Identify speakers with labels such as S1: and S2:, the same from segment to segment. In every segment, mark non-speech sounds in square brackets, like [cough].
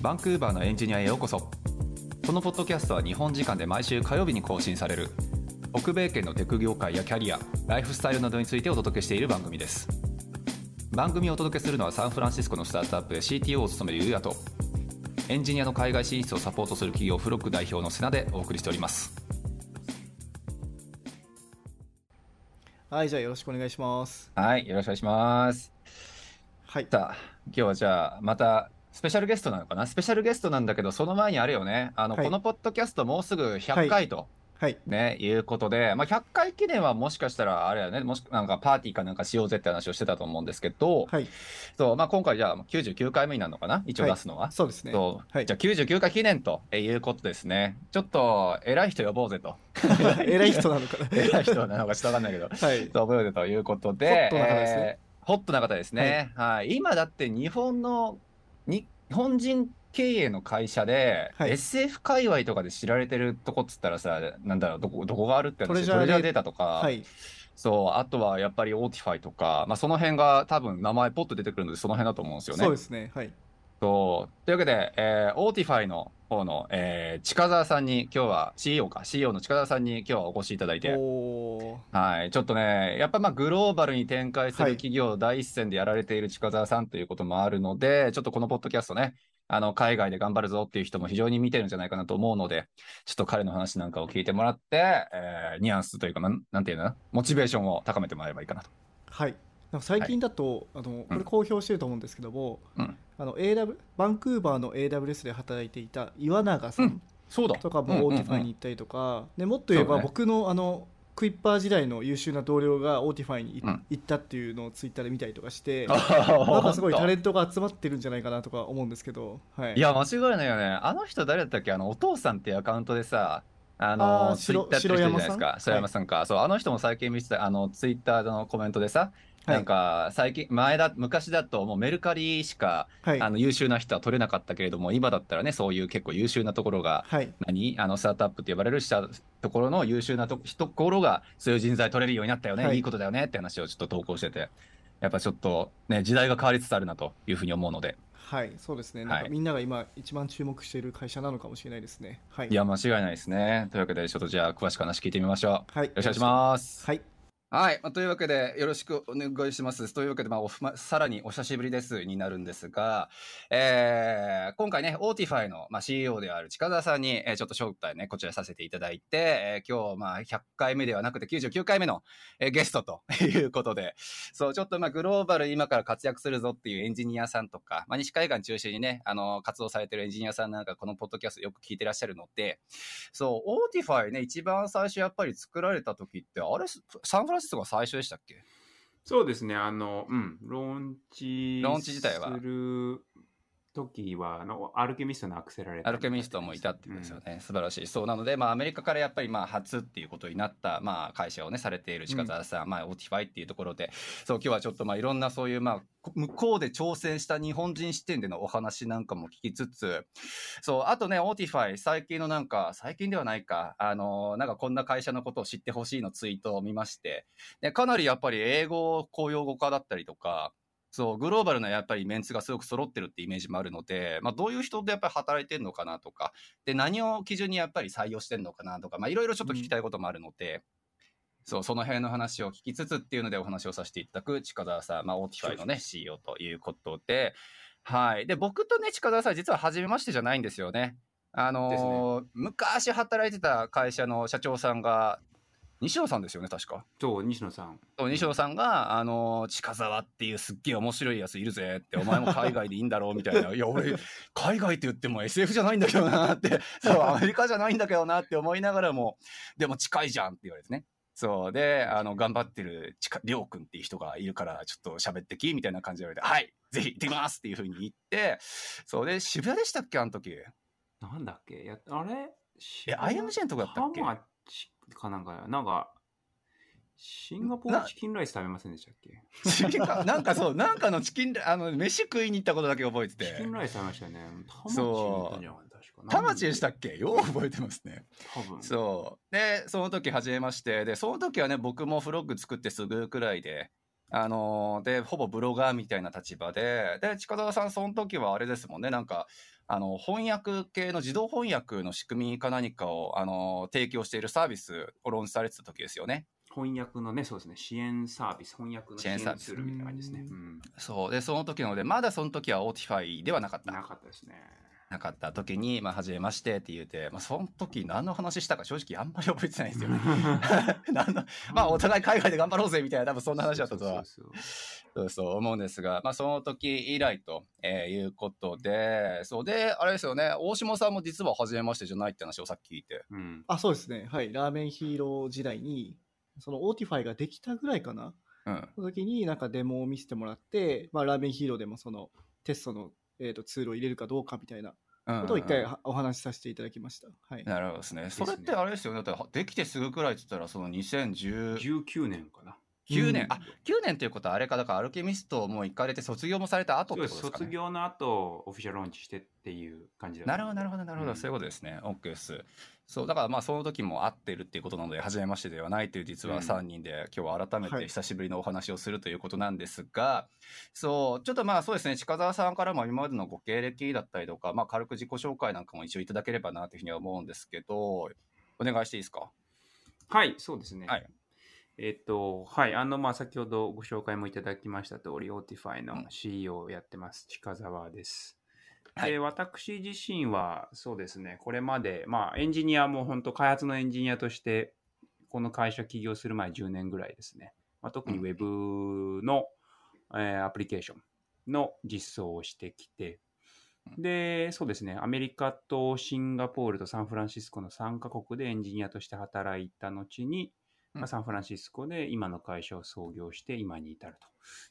S1: バンクーバーのエンジニアへようこそこのポッドキャストは日本時間で毎週火曜日に更新される北米圏のテク業界やキャリアライフスタイルなどについてお届けしている番組です番組をお届けするのはサンフランシスコのスタートアップで CTO を務めるゆうやとエンジニアの海外進出をサポートする企業フロック代表の瀬名でお送りしております
S2: はいじゃあよろしくお願いします
S1: はいよろしくお願いします
S2: はい
S1: さあ今日はじゃあまたスペシャルゲストなのかなスペシャルゲストなんだけどその前にあれよねあの、
S2: はい
S1: このポッドキャストもうすぐ100回と、
S2: はい
S1: ね、いうことで、まあ、100回記念はもしかしたらあれだよねもしなんかパーティーかなんかしようぜって話をしてたと思うんですけど、
S2: はい
S1: そうまあ、今回じゃあ99回目になるのかな一応
S2: はい
S1: 出すのは、
S2: そうですね
S1: そう
S2: はい
S1: じゃあ99回記念ということですねちょっと偉い人呼ぼうぜと
S2: [laughs] 偉い人なのかな
S1: [laughs] 偉い人なのかちょっとわかんないけど
S2: はい
S1: と覚えてということで、
S2: ホットな方ですね
S1: えーホットな方ですね。はい、今だって日本のに日本人経営の会社で、
S2: はい
S1: SF 界隈とかで知られてるとこっつったらさ、なんだろうどこどこがあるって話
S2: トレジャ
S1: ト
S2: ー
S1: レ
S2: デ
S1: ジ
S2: ー
S1: ャーデータとか、
S2: はい
S1: そうあとはやっぱりオーティファイとか、まあその辺が多分名前ポッと出てくるのでその辺だと思うんですよね。
S2: そうですねはい
S1: そうというわけで、えー、オーティファイの方の、えー、近澤さんに今日は CEO か CEO の近澤さんに今日はお越しいただいて。
S2: おー
S1: はい、ちょっとね、やっぱまあグローバルに展開す
S2: は
S1: る
S2: い
S1: 企業を第一線でやられている近澤さんということもあるので、ちょっとこのポッドキャストね、あの海外で頑張るぞっていう人も非常に見てるんじゃないかなと思うので、ちょっと彼の話なんかを聞いてもらって、えーニュアンスというか、なんなんていうのかなモチベーションを高めてもらえばいいかなと。
S2: はいなんか最近だと、あのこれ公表してると思うんですけども、
S1: うん
S2: あの AW バンクーバーの AWS で働いていた岩永さ
S1: うんんそうだ。
S2: とか
S1: うんうんう
S2: も
S1: ん
S2: オーティファイに行ったりとか、でもっと言
S1: そ
S2: え
S1: う
S2: ば
S1: だね
S2: 僕のあのクイッパー時代の優秀な同僚がオーティファイにい
S1: うん
S2: 行ったっていうのをツイッターで見たりとかして、
S1: あー
S2: なんかすごいタレ
S1: 本
S2: ントが集まってるんじゃないかなとか思うんですけど、はい、
S1: 当いや、間違いないよね。あの人誰だったっけあの、お父さんっていうアカウントでさ、あの
S2: あー
S1: ツイ
S2: 白
S1: ッターやってる人いるじゃないですか。
S2: 白
S1: 白
S2: 山
S1: 山さんか、そう、あの人も最近見てた、あの、ツイッターのコメントでさ、なんか最近前だ昔だともうメルカリしか、
S2: はい、は
S1: あ
S2: い
S1: の優秀な人は取れなかったけれども今だったらねそういう結構優秀なところが
S2: はい、
S1: 何あのスタートアップって呼ばれるしたところの優秀なとこところがそういう人材取れるようになったよね、、
S2: はいい
S1: いことだよねって話をちょっと投稿しててやっぱちょっとね時代が変わりつつあるなというふうに思うので
S2: はい、そうです
S1: は
S2: ね、
S1: い
S2: なんかみんなが今、一番注目している会社なのかもしれないですね。はい、
S1: いや間違いないですねというわけでちょっとじゃあ詳しく話聞いてみましょうよ
S2: はい、よ
S1: ろしくお願いします
S2: はい、
S1: はい、まあというわけで、よろしくお願いします。というわけで、まあ、おふまさらにお久しぶりですになるんですが、えー今回ね、オーティファイの、まあ、CEO である近澤さんに、えーちょっと招待ね、こちらさせていただいて、えー今日、まあ、100回目ではなくて99回目の、えーゲストということで、 [laughs] そう、ちょっと、まあ、グローバル今から活躍するぞっていうエンジニアさんとか、まあ、西海岸中心にね、あの、活動されてるエンジニアさんなんか、このポッドキャストよく聞いてらっしゃるので、そう、オーティファイね、一番最初やっぱり作られた時って、あれ、サンフランシスコが最初でしたっけ
S3: そうですね、あの、うん、ローンチ
S1: ローンチ自体は
S3: する時は、あのアルケミストのアクセラレータ
S1: ア
S3: ー
S1: ルケミストもいたってい
S3: いううん
S1: ですよ
S3: ん
S1: ね、素晴らしい。そうなので、まあ、アメリカからやっぱりまあ初っていうことになった、まあ、会社をね、されている近澤さん、まあ、オーティファイっていうところで、そう、今日はちょっとまあ、いろんなそういう、まあ、こ向こうで挑戦した日本人視点でのお話なんかも聞きつつ、そう、あとね、オーティファイ、最近のなんか、最近ではないか、あの、なんかこんな会社のことを知ってほしいのツイートを見まして、でかなりやっぱり英語公用語化だったりとか、そう、グローバルなやっぱりメンツがすごく揃ってるってイメージもあるので、まあどういう人でやっぱり働いてるのかなとか、で、何を基準にやっぱり採用してるのかなとか、まあいろいろちょっと聞きたいこともあるので、そう、その辺の話を聞きつつっていうのでお話をさせていただく近澤さん、まあオーティファイのね、CEO ということで、はい。で、僕とね、近澤さん実は初めましてじゃないんですよね。あのー昔働いてた会社の社長さんが、西野さんですよね、確か。
S3: そう、西野さん。
S1: そう西野さんが、あのー近沢っていうすっげえ面白いやついるぜって、お前も海外でいいんだろうみたい
S3: [laughs]
S1: な。いや、俺、海外って言っても SF じゃないんだけどなって、 [laughs] そう、アメリカじゃないんだけどなって思いながらも、でも近いじゃんって言われてね。そう。で、あの、頑張ってる、ちか、りょうくんっていう人がいるから、ちょっと喋ってきみたいな感じで言われて、はいぜひ行ってきますっていうふうに言って、そうで、渋谷でしたっけあの時。
S3: なんだっけやあれ
S1: え IMG のとこだったっけ
S3: ハマチかなんか、なんか、シンガポー
S1: な
S3: ルチキンライス食べませんでしたっけ
S1: なんか
S3: [laughs]
S1: そう、なんかのチキンラ、あの、飯食いに行ったことだけ覚えてて。
S3: チキンライス食べましたよね。田町
S1: そう
S3: だったんじゃなかった確か。
S1: 田町でしたっけよう覚えてますね。
S3: 多分。
S1: そう。で、その時初めまして、で、その時はね、僕もフロッグ作ってすぐくらいで、あのーで、ほぼブロガーみたいな立場で、で、近澤さん、その時はあれですもんね、なんか、あの、翻訳系の自動翻訳の仕組みか何かを、あのー提供しているサービスをローンチされてた時ですよね。
S3: 翻訳のね、そうですね、支援サービス、翻訳の支援
S1: 支援サービス
S3: ツールみたいな感じですね。うん。
S1: そう。で、その時なので、まだその時はオーティファイではなかった。
S3: なかったですね。 [laughs]
S1: なかった時に、まあ、初めましてって言うて、まあ、その時何の話したか正直あんまり覚えてないんです [laughs] よね。何のまあ、お互い海外で頑張ろうぜみたいな、多分そんな話だったとは
S3: そうそうそう
S1: そうそう思うんですが、まあ、その時以来と、えーいうことで、そうで、あれですよね、大島さんも実は初めましてじゃないって話をさっき聞いて。
S3: そううん。
S2: あ、そうですね。はい。ラーメンヒーロー時代に、そのオーティファイができたぐらいかな。
S1: うん。
S2: その時になんかデモを見せてもらって、まあ、ラーメンヒーローでもそのテストの、えー、とツールを入れるかどうかみたいな
S1: うん
S2: ことを一回はお話しさせていただきました。はい。
S1: なるほどですね。
S3: すね
S1: それってあれですよね。だってできてすぐくらいって言ったら、その2019
S3: 19年かな。
S1: 年、
S2: うん
S1: あ、9年ということはあれか、だからアルケミストをもう行かれて卒業もされた後
S3: そ
S1: って
S3: う
S1: こと
S3: です
S1: ですか
S3: 卒
S1: ね。
S3: 業の後、オフィシャルローンチしてっていう感じだ
S1: なるほど、なるほど、なるほど、
S3: うん
S1: そういうことですね。OK です。そう、だからまあ、その時も会ってるっていうことなので、初めましてではないという、実
S3: う
S1: は
S3: ん
S1: 3人で、今日は改め
S2: は
S1: て
S2: い
S1: 久しぶりのお話をするということなんですが、そう、ちょっとまあ、そうですね、近澤さんからも今までのご経歴だったりとか、まあ、軽く自己紹介なんかも一応いただければなというふうには思うんですけど、お願いしていいですか。
S3: はい、そうですね。
S1: はい
S3: えっと、はい、あの、まあ、先ほどご紹介もいただきました通り、オーティファイの
S1: うん
S3: CEO をやってます、近澤です。
S1: は
S3: で、
S1: い
S3: 私自身は、そうですね、これまで、まあ、エンジニアも本当、開発のエンジニアとして、この会社起業する前10年ぐらいですね、まあ、特に
S1: うん
S3: Web の、えーアプリケーションの実装をしてきて、で、そうですね、アメリカとシンガポールとサンフランシスコの3カ国でエンジニアとして働いた後に、
S1: うん
S3: まあ、サンフランシスコで今の会社を創業して今に至る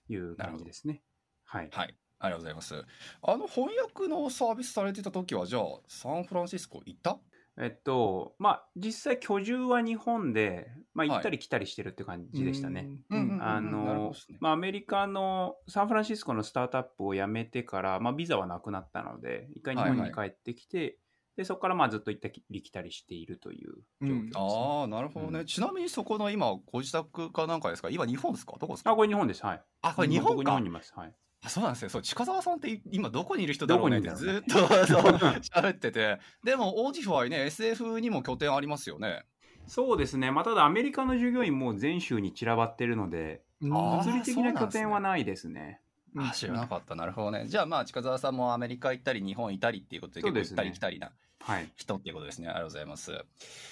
S3: という感じですね。はい。
S1: はい。ありがとうございます。あの、翻訳のサービスされてた時は、じゃあ、サンフランシスコ行った
S3: えっと、まあ、実際居住は日本で、まあ、
S1: はい
S3: 行ったり来たりしてるって感じでしたね。
S2: うん。
S1: うんうんうん
S3: あ
S1: なるほど
S3: の
S1: ですね
S3: まあ、アメリカのサンフランシスコのスタートアップを辞めてから、まあ、ビザはなくなったので、一回日本に帰ってきて、でそこからまあずっと行ったり来たりしているという状況です、ね
S1: ああ、なるほどね、
S3: うん
S1: ちなみにそこの今、ご自宅かなんかですか今、日本ですかどこです
S3: あ
S1: か
S3: これ日本です。はい。
S1: あ、これ日本
S3: 僕日
S1: か
S3: 本にいます。はい。
S1: あそうなんですよ。そう、近澤さんってい今どこにいる人だろうねって
S3: どこ
S1: ず
S3: にいる
S1: っ
S3: ん
S1: とそう喋ってて。でも、オーディファイね、SF にも拠点ありますよね。
S3: そうですね、まあ、ただアメリカの従業員も全州に散らばってるので、
S2: うん
S1: あー
S3: 物理的な拠点
S1: そ
S3: は
S1: うな
S3: ないですね。
S2: うん
S1: あ、知らなかった。なるほどね。じゃあ、まあ、近澤さんもアメリカ行ったり、日本行ったりっていうことで、結
S3: そう
S1: 構
S3: で
S1: 行
S3: す
S1: った
S3: ね
S1: り来たりな
S3: はい。
S1: 人っていうことですね。ありがとうございます。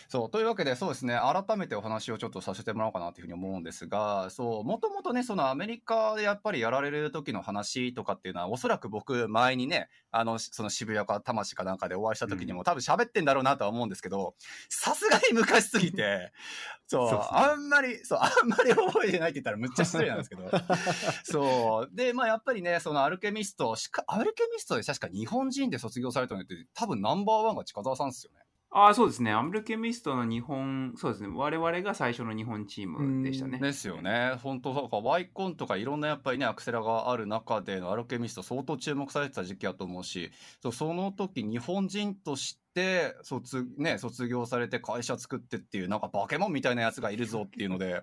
S1: そう、というわけで、そうですね、改めてお話をちょっとさせてもらおうかなというふうに思うんですが、そう、もともとね、そのアメリカでやっぱりやられる時の話とかっていうのは、おそらく僕、前にね、あの、その渋谷か多摩市かなんかでお会いした時にも、多分喋ってんだろうなとは思うんですけど、さすがに昔すぎて、そう、
S3: そうっすね
S1: あんまり、そう、あんまり覚えてないって言ったらむっちゃ失礼なんですけど、そう。で、まあやっぱりね、そのアルケミスト、しか、アルケミストで確か日本人で卒業されたのって、多分ナンバーワンが近澤さんですよね。
S3: ああ、そうですね、アムルケミストの日本、そうですね、我々が最初の日本チームでしたね。
S1: ですよね。本当なんかワイコンとかいろんなやっぱりね、アクセラがある中でのアルケミスト相当注目されてた時期やと思うし、そうその時日本人として卒、ね、卒業されて会社作ってっていう、なんかバケモンみたいなやつがいるぞっていうので、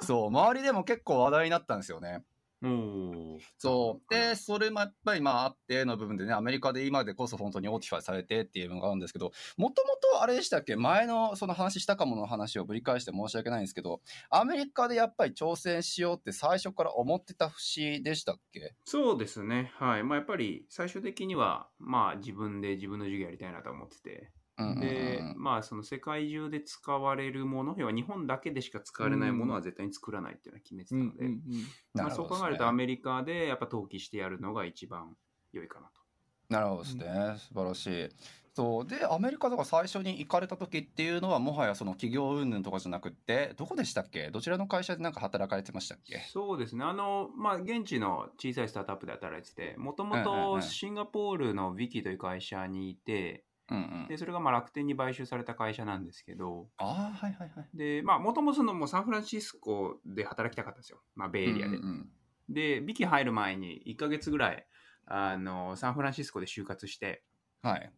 S1: そう、周りでも結構話題になったんですよね。
S3: おー
S1: そう。
S3: はい
S1: で、それもやっぱりまああっての部分でね、アメリカで今でこそ本当にオーティファイされてっていうのがあるんですけど、もともとあれでしたっけ前のその話したかもの話をぶり返して申し訳ないんですけど、アメリカでやっぱり挑戦しようって最初から思ってた節でしたっけ
S3: そうですね、はい。まあ、やっぱり最終的には、まあ、自分で自分の授業やりたいなと思ってて、
S1: うんうんうん
S3: で、まあ、その世界中で使われるもの、要は日本だけでしか使われないものは絶対に作らないっていうのは決めてた
S2: うんう
S3: ので、
S2: ん
S1: な
S3: まあ、
S1: るほ
S3: そう
S1: どで
S3: 考
S1: す
S3: え
S1: ね
S3: るとアメリカでやっぱ登記してやるのが一番良いかなと。
S1: なるほどですね、素晴らしい。そうでアメリカとか最初に行かれた時っていうのはもはやその企業云々とかじゃなくってどこでしたっけどちらの会社でなんか働かれてましたっけ
S3: そうですね。あの、まあ、現地の小さいスタートアップで働いてて、もとも
S1: うんうんうん
S3: とシンガポールの Wiki という会社にいて、
S1: うんうん
S3: で、それがまあ楽天に買収された会社なんですけど、
S1: ああはいはいはい
S3: で、まあ、もともとそのもうサンフランシスコで働きたかったんですよ。まあ、ベイエリアで
S1: うん。うん
S3: で、Wiki 入る前に1ヶ月ぐらい、あの、サンフランシスコで就活して、
S1: うんはい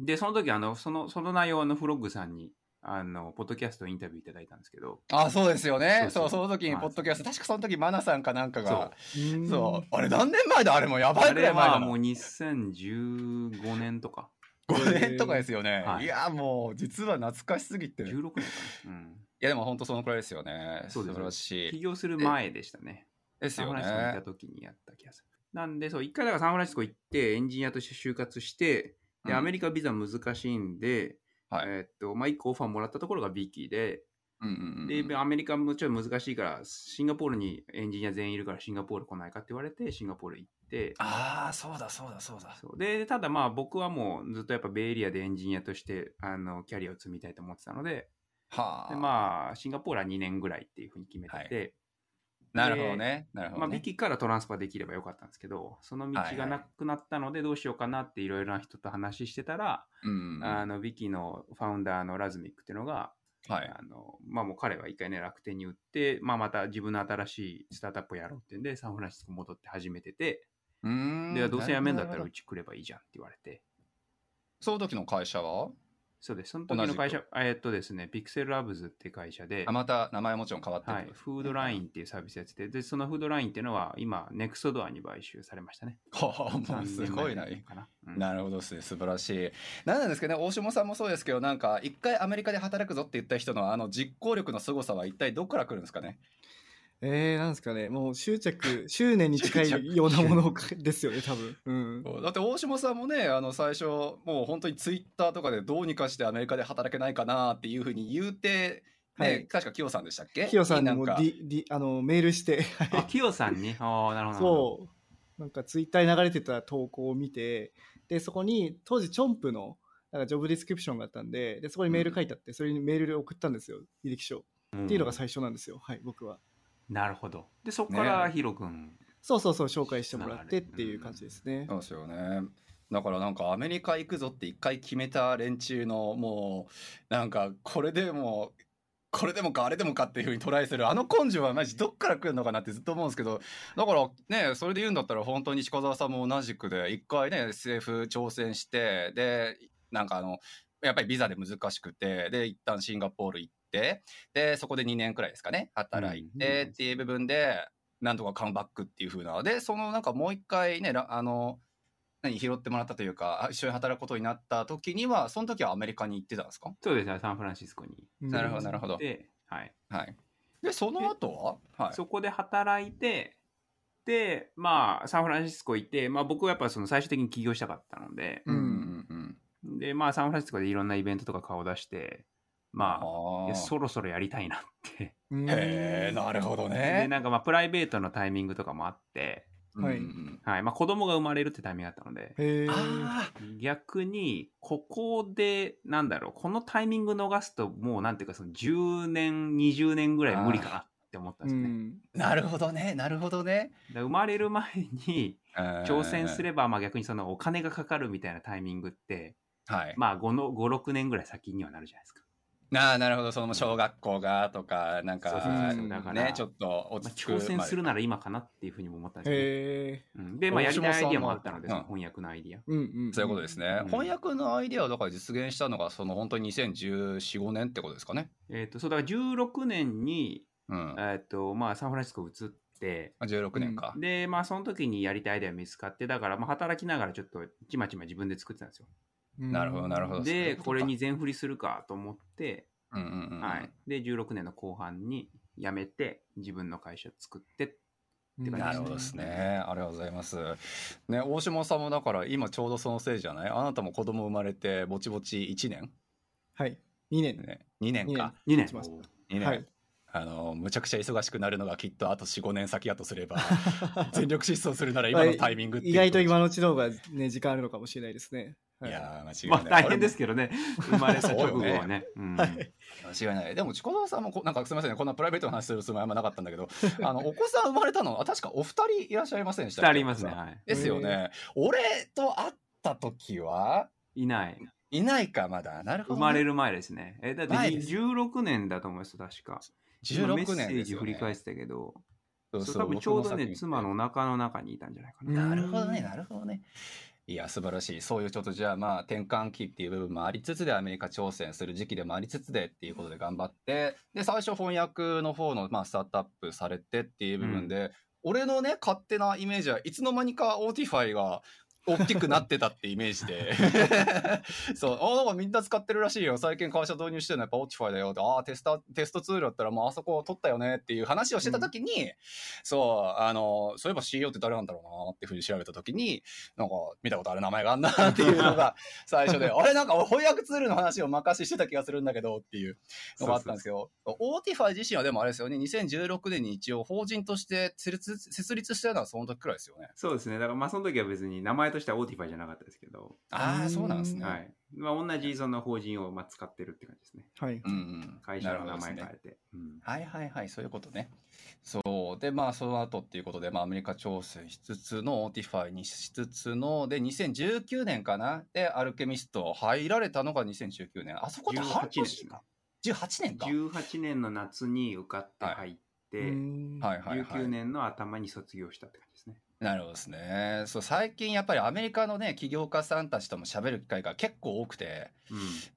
S3: で、その時、あの、その、その内容をあのフロッグさんにあの、ポッドキャストインタビューいただいたんですけど、
S1: あ、そうですよね。
S3: そ
S1: そうう、
S3: そう
S1: その時に
S3: はい
S1: ポッドキャスト、確かその時マナさんかなんかが、
S2: うん
S1: そう、あれ何年前だあれもやば
S3: あ
S1: いくら
S3: れ
S1: い前
S3: は
S1: だ
S3: もう
S1: な。
S3: 2015年とか、
S1: 5年とかですよね。
S3: はい
S1: いや、もう実は懐かしすぎて。い
S3: 16年かな。うん。
S1: や、でも本当そのくらいですよね。
S3: そうです
S1: 素晴らし
S3: 起
S1: い。
S3: 業する前でしたね。
S1: ですよ
S3: サンフランシスコにい
S1: ね
S3: た。時にやった気がする。なんで、そう、一回だからサンフランシスコ行って、エンジニアとして就活して、で、アメ
S1: リ
S3: リカビザ難しいんで、
S1: はい
S3: えーっと、まあ、一個オファーもらったところがビキで、
S1: カ、うんうんうん
S3: で、アメリカもちょっと難しいから、シンガポールにエンジニア全員いるから、シンガポール来ないかって言われて、シンガポール行って、
S1: ああ、そうだそうだそうだ。
S3: そうで、ただまあ僕はもうずっとやっぱベイエリアでエンジニアとして、あの、キャリアを積みたいと思ってたので、
S1: はあ。
S3: でまあ、シンガポールは2年ぐらいっていうふうに決めてて、
S1: なるほどね。なるほど
S3: まあ、
S1: ね。
S3: ビキからトランスファーできればよかったんですけど、その道
S1: はいは
S3: が
S1: い
S3: なくなったので、どうしようかなっていろいろな人と話してたら、
S1: うん。
S3: あの、ビキのファウンダーのラズミックっていうのが、
S1: はい。
S3: あの、まあもう彼は一回ね、楽天に売って、まあまた自分の新しいスタートアップをやろうっていうんで、サンフランシスコ戻って始めてて、
S1: うーん。
S3: で、どうせ辞めんだった
S1: なる
S3: ら
S1: ほ
S3: う
S1: ど。
S3: ち来ればいいじゃんって言われて、
S1: その時の会社は
S3: そうです。その時の会社、えーっとですね、ピクセルラブズって会社で
S1: あ、また名前もちろん変わって [laughs]
S3: はい、フードライ
S1: ン。
S3: ンっていうサービスやってて、で、そのフードラインっていうのは今、ネクストドアに買収されまし
S1: [laughs]
S3: たね。
S1: はあ、もうすごいな
S3: 三年前。かな。うん
S1: なるほどですね。素晴らしい。なんなんですけどね、大下さんもそうですけど、なんか、一回アメリカで働くぞって言った人の、あの、実行力の凄さは一体どこから来るんですかね。
S2: えー、なんですかね、もう
S1: [laughs]
S2: 執着、執念に近
S1: 執着
S2: いようなものかですよね、多分。うん。
S1: だって、大下さんもね、あの、最初、もう本当にツイッターとかでどうにかしてアメリカで働けないかなっていうふうに言うて、ね、
S2: はい
S1: 確かキヨさんでしたっけ
S2: キヨさんに
S1: な
S2: も
S1: か
S2: D D あのメールして、
S3: あ、キヨさん
S1: [laughs]
S3: に。ああ、なるほど。
S2: そう、なんかツイッターに流れてた投稿を見て、で、そこに当時、チョンプのなんかジョブディスクリプションがあったんで、でそこにメール書いてあって、それにメールで送ったんですよ、履歴書。
S3: うん
S2: っていうのが最初なんですよ、はい、僕は。
S3: なるほど。で、そこからヒロ君。
S2: そうそうそう、紹介してもらってっていう感じですね。
S1: そうですよね。だからなんかアメリカ行くぞって一回決めた連中のもうなんかこれでもこれでもかあれでもかっていうふうにトライするあの根性はマジどっから来るのかなってずっと思うんですけどだからねそれで言うんだったら本当に鹿澤さんも同じくで一回ね SF 挑戦してでなんかあのやっぱりビザで難しくてで一旦シンガポール行ってでそこで2年くらいですかね働いてっていう部分でなんとかカムバックっていう風な。で、そのなんかもう一回ね、らあの、何、拾ってもらったというか、あ一緒に働くことになった時には、その時はアメリカに行ってたんですか
S3: そうですね、サンフランシスコに。
S2: うん
S1: なるほど、なるほど。
S3: で、はい。
S1: はい。で、その後ははい。
S3: そこで働いて、で、まあ、サンフランシスコ行って、まあ僕はやっぱその最終的に起業したかったので、
S1: うんうんうん。
S3: で、まあサンフランシスコでいろんなイベントとか顔出して、
S1: あ
S3: まあ、い
S1: ー
S3: やそろそろやりたいなって。
S2: うん
S1: へえ、なるほど
S3: で、
S1: ね。
S3: なんかまあプライベートのタイミングとかもあって、
S2: はい
S1: うんうん
S3: はい、まあ子供が生まれるってタイミングだったので、
S2: へ
S1: うん
S2: え。
S1: あ
S3: 逆に、ここで、なんだろう、このタイミング逃すと、もうなんていうか、その10年、20年ぐらい無理かなって思ったん
S2: う
S3: ですね。
S2: ん、
S1: あ、なるほどね、なるほどね。
S3: だから生まれる前に挑戦す
S1: る。
S3: れば、まあ逆にそのお金がかかるみたいなタイミングって、
S1: はい。
S3: まあ5の、5、6年ぐらい先にはなるじゃないですか。
S1: なあ、なるほど、その小学校がとか、なん
S3: そうそう
S1: か
S2: そうそう、だ
S3: から
S1: ね、ちょっと
S3: ま
S1: 落
S3: あ
S1: ち着く。
S3: 挑戦するなら今かなっていうふうにも思ったんですけ
S2: へえ。
S3: ど、うんで、まあやりたいアイディアもあったので、
S1: 大島さんも
S3: その翻訳のアイディア。
S2: うんうんうん。
S1: そういうことですね。
S3: うん
S1: 翻訳のアイデアをだから実現したのが、その本当に2014、5年ってことですかね。
S3: えっ、と、そう、だから16年に、
S1: うん。
S3: えっ、と、まあサンフランシスコ移って、
S1: 16年か。
S3: で、まあ、その時にやりたいアイデア見つかって、だから、まあ、働きながらちょっと、ちまちま自分で作ってたんですよ。
S2: うん。
S1: なるほどなるほどそうい
S3: で、
S1: うことか
S3: これに全振りするかと思って、
S1: うんうんうんうん。
S3: はい。で、16年の後半に辞めて、自分の会社作って、
S2: うん
S1: なるほどですね。ありがとうございます。ね、大島さんもだから今ちょうどそのせいじゃないあなたも子供生まれてぼちぼち1年
S2: はい。2年。 [laughs]
S1: ね。2年か。
S3: 2年
S2: しました
S1: 2年。
S2: はい
S1: あの、むちゃくちゃ忙しくなるのがきっとあと4、5年先やとすれば、全力疾走するなら今のタイミングっていう
S2: 意外と今のうちの方がね、時間あるのかもしれないですね。はい
S1: やー、間
S3: ま
S1: 違い
S3: あ、
S1: ない。
S3: 大変ですけどね。生まれた直後
S1: そう
S3: は
S1: よ
S3: ね。うん
S2: はい
S1: 間違いない。でも、近藤さんもこ、なんかすみませんね、こんなプライベートの話するつもりはあんまなかったんだけど、あの、お子さん生まれたの、あ確かお二人いらっしゃいませんでし
S3: 二
S1: たっけ
S3: 人います
S1: お
S3: ね。
S1: 子さん
S3: はい。
S1: ですよね。俺と会った時は、
S3: いない。
S1: いないか、まだ。なるほど、
S3: 生まれ
S1: る。
S3: る前ですね。え、だって
S1: 前です
S3: 16年だと思いますよ、確か。今
S1: 16
S3: メッ
S1: 年
S3: セー
S1: です
S3: ジ
S1: よ、
S3: 振り
S1: ね。
S3: 返ってたけど、
S1: そうそ
S3: そ
S1: う
S3: う多分ちょうど
S1: 僕もさっき
S3: ね、
S1: 見て
S3: 妻のお腹の中にいたんじゃないかな。
S1: なるほどね、なるほどね。いや、素晴らしい。そういうちょっとじゃあまあ転換期っていう部分もありつつでアメリカ挑戦する時期でもありつつでっていうことで頑張って、で、最初翻訳の方のまあスタートアップされてっていう部分で、俺のね、勝手なイメージはいつの間にかオーティファイが大きくなってたってイメージ [laughs] で。そう、あなんかみんな使ってるらしいよ。最近会社導入してるのやっぱオーティファイだよって。ああ、テスタ、テストツールだったらもうあそこ取ったよねっていう話をしてた時に、そう、あの、そういえば CEO って誰なんだろうなっていうふうに調べた時に、なんか見たことある名前があんなっていうの [laughs] が最初で、あれなんか翻訳ツールの話を任ししてた気がするんだけどっていうのがあったんですけど、オーティファイ自身はでもあれですよね、2016年に一応法人として設立設立したのはその時くらいですよね。
S3: そうですね。だからまあその時は別に名前としてはオーティファイじゃなかったですけど、
S1: ああ、そうなんですね。
S2: うん
S3: はい。まあ同じその法人をまあ使ってるって感じですね。
S2: はい。
S1: うんうん、
S3: 会社の名前
S1: なるほどですね
S3: 変えて。うん
S1: はいはいはい、そういうことね。そう。で、まあ、その後っていうことで、まあ、アメリカ挑戦しつつの、オーティファイにしつつの、で、2019年かなで、アルケミスト入られたのが2019年。あそこって半
S3: 18年です
S1: 年
S3: ね
S1: か。18年か。
S3: 18年の夏に受かって入って、
S2: は
S1: はいはいはい
S3: 19。年の頭に卒業したって感じですね。
S1: なるほどですね。そう、最近やっぱりアメリカのね、起業家さんたちとも喋る機会が結構多くて、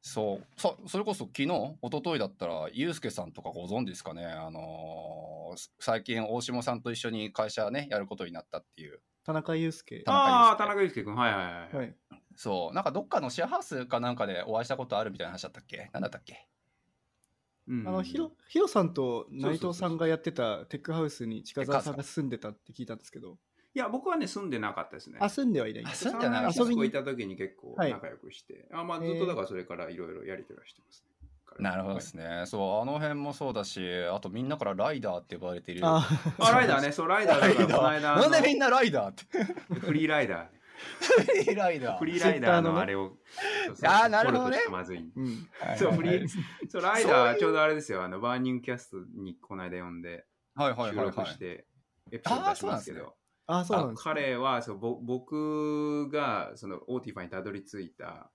S1: そう、そそれこそ昨日、一昨日だったら、ユうスケさんとかご存知ですかね。あのー最近大下さんと一緒に会社ね、やることになったっていう。
S2: 田中祐介。
S1: 田
S2: は
S3: ああー、田
S1: 中
S3: 中祐介君、はいはいはい。
S2: い。
S1: そう、なんかどっかのシェアハウスかなんかでお会いしたことあるみたいな話だったっけなんだったっけ
S3: うん
S2: あの、ヒロ、ヒロさんと内藤さんがやってたテックハウスに近澤さんが住んでたって聞いたんですけど、
S3: いや、僕はね、住んでなかったですね。
S2: あ、住んではいないんで
S1: あ
S2: す。
S1: 住んではない
S3: サンフ
S2: 遊び
S3: ランシスコ行
S2: に
S3: った時に結構
S2: はい
S3: 仲良くして、あまあ、ずっとだからそれからいろいろやり取りはしてますね、彼は
S1: なるほどですね、そう、あの辺もそうだし、あとみんなからライダーって呼ばれている。
S2: あ、
S3: あ、ライダーね、そう、ライダー
S1: ラ
S3: だ
S1: イ
S3: から、この
S1: ダー
S3: 間、
S1: [laughs] なんでみん
S3: な
S1: なライダーって。
S3: フリーライダ
S1: フリーライダ
S3: ー。
S1: ー。
S3: フリーライダーのあれを、そうそう
S1: あーなるほどね
S3: 取とまずいんで
S2: うん。
S1: はい
S3: そう、フ
S1: はい
S3: リー、そう、ライダー、ちょうどあれですよ、あの、バーニングキャストにこの間呼んで、
S1: はいはい
S3: 収
S1: はい
S3: 録
S1: は
S3: し
S1: い。
S3: て、エピソード出しますけど、
S2: あ、そうなんです。
S3: 彼はそうぼ僕がそのオーティファにたどり着いた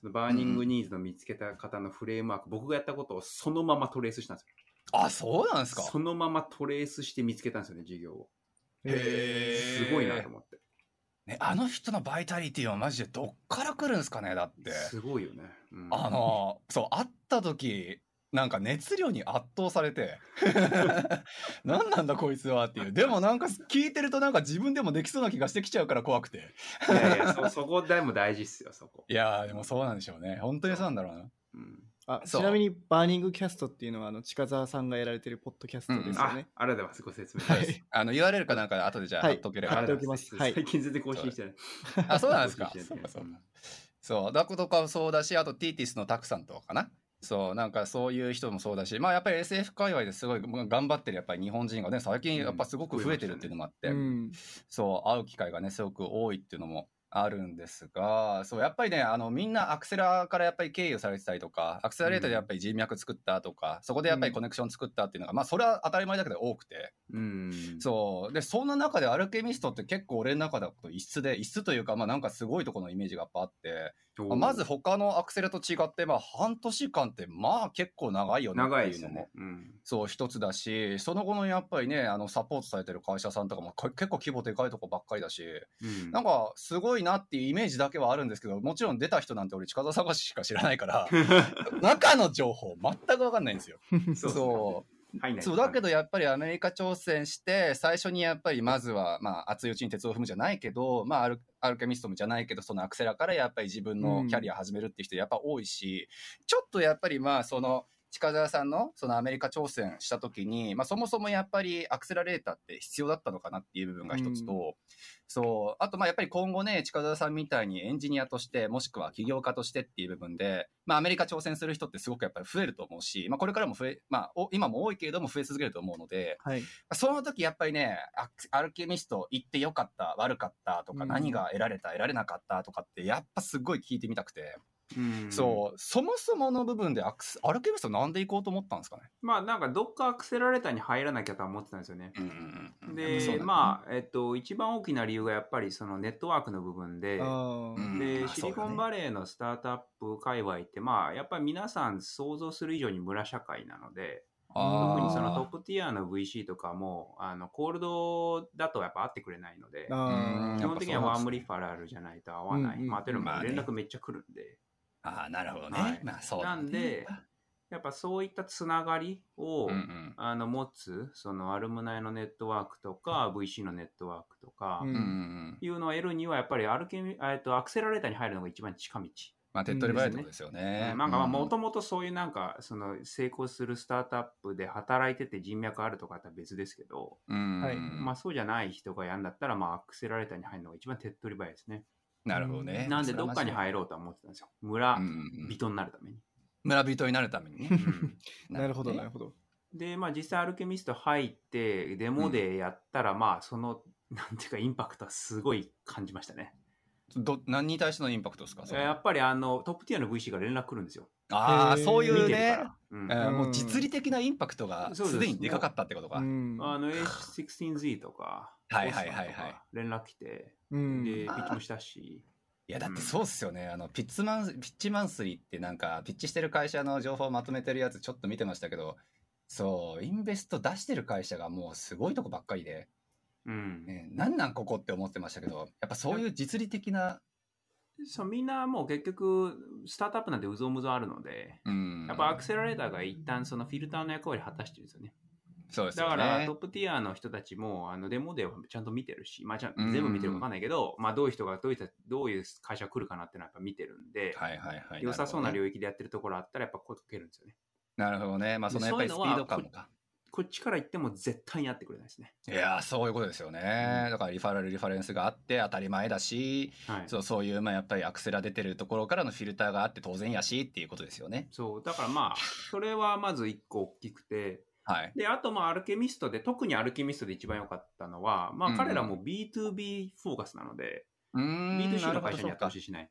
S3: そのバーニングニーズの見つけた方のフレームワーク、僕がやったことをそのままトレースしたんです
S1: あ、そうなんです
S3: よ
S1: か。
S3: そのままトレースして見つけたんですよね事業を
S1: へー
S3: すごいなと思って、
S1: ね、あの人のバイタリティはマジでどっから来るんですかね、だって。
S3: すごいよね、うん
S1: あのそう会った時なんか熱量に圧倒され [laughs] て何なんだこいつは [laughs] っていうでもなんか聞いてるとなんか自分でもできそうな気がしてきちゃうから怖くて
S3: いやいやそそこでも大事っすよそこ、
S1: いやーでもそうなんでしょうね本当にそうなんだろうな
S3: うん
S2: あち
S1: そう
S2: なみに、バーニングキャストっていうのは、あの、近澤さんがやられてるポッドキャストですよ
S3: あ
S2: ね。
S3: ありがとうございますご説明
S1: は
S3: で
S1: い
S3: す、
S1: あの URL かなんか後でじゃあ
S2: は
S1: 貼
S2: い
S1: っとければ、
S2: 貼っておきますはい
S3: 最近全然更新してない。
S1: あそうなんです
S3: [laughs]
S1: か
S3: 更新し
S1: [laughs] そ
S3: て
S1: う
S3: ない
S1: かそうかそうだことかもそうだしあとティーティスのタクさんとかなそうなんかそういう人もそうだしまあやっぱり SF 界隈ですごい頑張ってるやっぱり日本人がね最近やっぱすごく増えてるっていうのもあって、
S2: うん。
S1: そう、会う機会がね、すごく多いっていうのもあるんですが、そう、やっぱりね、あの、みんなアクセラーからやっぱり経由されてたりとか、アクセラレーターでやっぱり人脈作ったとか、そこでやっぱりコネクション作ったっていうのが、まあ、それは当たり前だけど多くて、
S3: うん。
S1: そう。で、そんな中でアルケミストって結構俺の中だと異質で、異質というか、まあ、なんかすごいところのイメージがやっぱあって、まあまず他のアクセラと違って、まあ、半年間って、まあ、結構長いよねって
S3: 長い
S1: い
S3: で
S1: う
S3: す
S1: の
S3: よ
S1: も
S3: ね。。うん
S1: そう、一つだし、その後のやっぱりね、あの、サポートされてる会社さんとかもか結構規模でかいとこばっかりだし、
S3: うん
S1: なんか、すごいなっていうイメージだけはあるんですけど、もちろん出た人なんて俺、近田探ししか知らないから、中の情報全くわかんないんですよ。
S3: そう
S1: そう
S3: 入んない
S1: そうだけどやっぱりアメリカ挑戦して最初にやっぱりまずはまあ熱いうちに鉄を踏むじゃないけどまあアルアルケミストムじゃないけどそのアクセラからやっぱり自分のキャリア始めるっていう人やっぱ多いし、ちょっとやっぱりまあその近澤さんのそのアメリカ挑戦した時に、まあ、そもそもやっぱりアクセラレーターって必要だったのかなっていう部分が一つと、
S2: う
S1: そうあとまあやっぱり今後ね近澤さんみたいにエンジニアとしてもしくは起業家としてっていう部分で、まあ、アメリカ挑戦する人ってすごくやっぱり増えると思うし、まあ、これからも増え、まあ、お今も多いけれども増え続けると思うので
S2: はい。
S1: まあその時やっぱりねアクアルケミスト行ってよかった悪かったとか、
S2: うん
S1: 何が得られた得られなかったとかってやっぱすごい聞いてみたくて、
S3: うん
S1: そうそもそもの部分でアクスアルケミストなんで行こうと思ったんですかね
S3: まあなんかどっかアクセラレーターに入らなきゃとは思ってたんですよね。で、
S1: ま
S3: まあ、えっと、一番大きな理由がやっぱりそのネットワークの部分で、
S2: あ
S1: う
S2: あ。
S1: ん
S3: で、
S1: まあ
S3: シ
S1: そ
S3: リコ
S1: うだね
S3: ンバレーのスタートアップ界隈って、まあ、やっぱり皆さん想像する以上に村社会なので、
S1: あー
S3: 特にそのトップティアの VC とかも、あのコールドだとやっぱ会ってくれないので、
S2: あ
S1: うんやっぱそう
S2: ー
S3: 基
S1: なん
S3: 本的にはワームリファラルじゃないと会わない。
S2: うんうん
S3: まあ、てるも
S1: まあね
S3: 連絡めっちゃ来るんで。
S1: ああ、なるほどね。
S3: はい
S1: まあそうだ
S3: な
S1: ね
S3: んで、やっぱそういったつながりを、
S1: うんうん
S3: あの持つ、そのアルムナイのネットワークとか、VC のネットワークとか、
S2: うん
S1: うんうんうん。
S3: いうのを得るには、やっぱりアルケミ、えっと、アクセラレーターに入るのが一番近道。
S1: まあ手っ取り早いってことですよね。
S3: なんかまあ、も
S1: 元
S3: ともとそういうなんか、その成功するスタートアップで働いてて人脈あるとかだったら別ですけど、
S2: はい
S3: まあそうじゃない人がやんだったら、まあアクセラレーターに入るのが一番手っ取り早いですね。
S1: なるほどね。
S3: なんでどっかに入ろうとは思ってたんですよ。村
S1: うんうんうん
S3: 人になるために。
S1: 村人になるためにね。
S3: うん
S2: なるほど、なる
S1: ほ
S2: ほど。
S3: で、まあ実際アルケミスト入って、デモでやったら、まあその、なんていうかインパクトはすごい感じましたね。
S1: ど。ど何に対してのインパクトですかそれ
S3: やっぱりあの、トップティアの VC が連絡来るんですよ。
S1: ああ、
S2: えー
S1: そうい
S3: 見て
S1: う
S3: るか
S1: ね。
S3: ら。うん
S1: えー
S2: うん
S1: もう実利的なインパクトが
S3: そうです
S1: すでにでかかったってことか。
S2: うん
S3: あの H16Z とか、
S1: はいはいはいはい
S3: ボストンとか連絡来て、
S2: うん
S3: で、ピ
S1: あー
S3: ッチもしたし、
S1: いやだってそうっすよね、あのピッツマンピッチマンスリーってなんかピッチしてる会社の情報をまとめてるやつちょっと見てましたけどそうインベスト出してる会社がもうすごいとこばっかりで、
S3: うん。
S1: ね、なんなんここって思ってましたけどやっぱそういう実利的な、
S3: そう、みんなもう結局、スタートアップなんてうぞうむぞあるので、
S1: うん、
S3: やっぱアクセラレーターが一旦そのフィルターの役割を果たしてるんですよね。
S1: そうです
S3: だ
S1: よ
S3: か
S1: ね
S3: ら、トップティアの人たちも、あの、デモデーはちゃんと見てるし、まあ、ちゃん
S1: うん
S3: 全部見てるかわかんないけど、まあ、どういう人が、どういう人、どういう会社来るかなってのはやっぱ見てるんで、
S1: はいはいはい
S3: 良さそうな
S1: 域
S3: 領域でやってるところあったら、やっぱ声かけるんですよね。
S1: なるほどねまあそのやっぱりスピード感もか
S3: こっちから行っても絶対に会ってくれないですね。
S1: いやーそういうことですよね、だからリファラルリファレンスがあって当たり前だし
S3: はい。
S1: そうそういうまあやっぱりアクセラ出てるところからのフィルターがあって当然やしっていうことですよね
S3: そう、だからまあ、それはまず一個大きくて、
S1: はい
S3: で、あとまあ、アルケミストで、特にアルケミストで一番良かったのは、ま
S1: うんう
S3: あ、
S1: ん
S3: 彼らも B2B フォーカスなので、
S1: うーん
S3: B2C
S1: なる
S3: の
S1: ほ
S3: 会
S1: ど
S3: 社
S1: そう
S3: にやってほ
S1: か
S3: しいしない。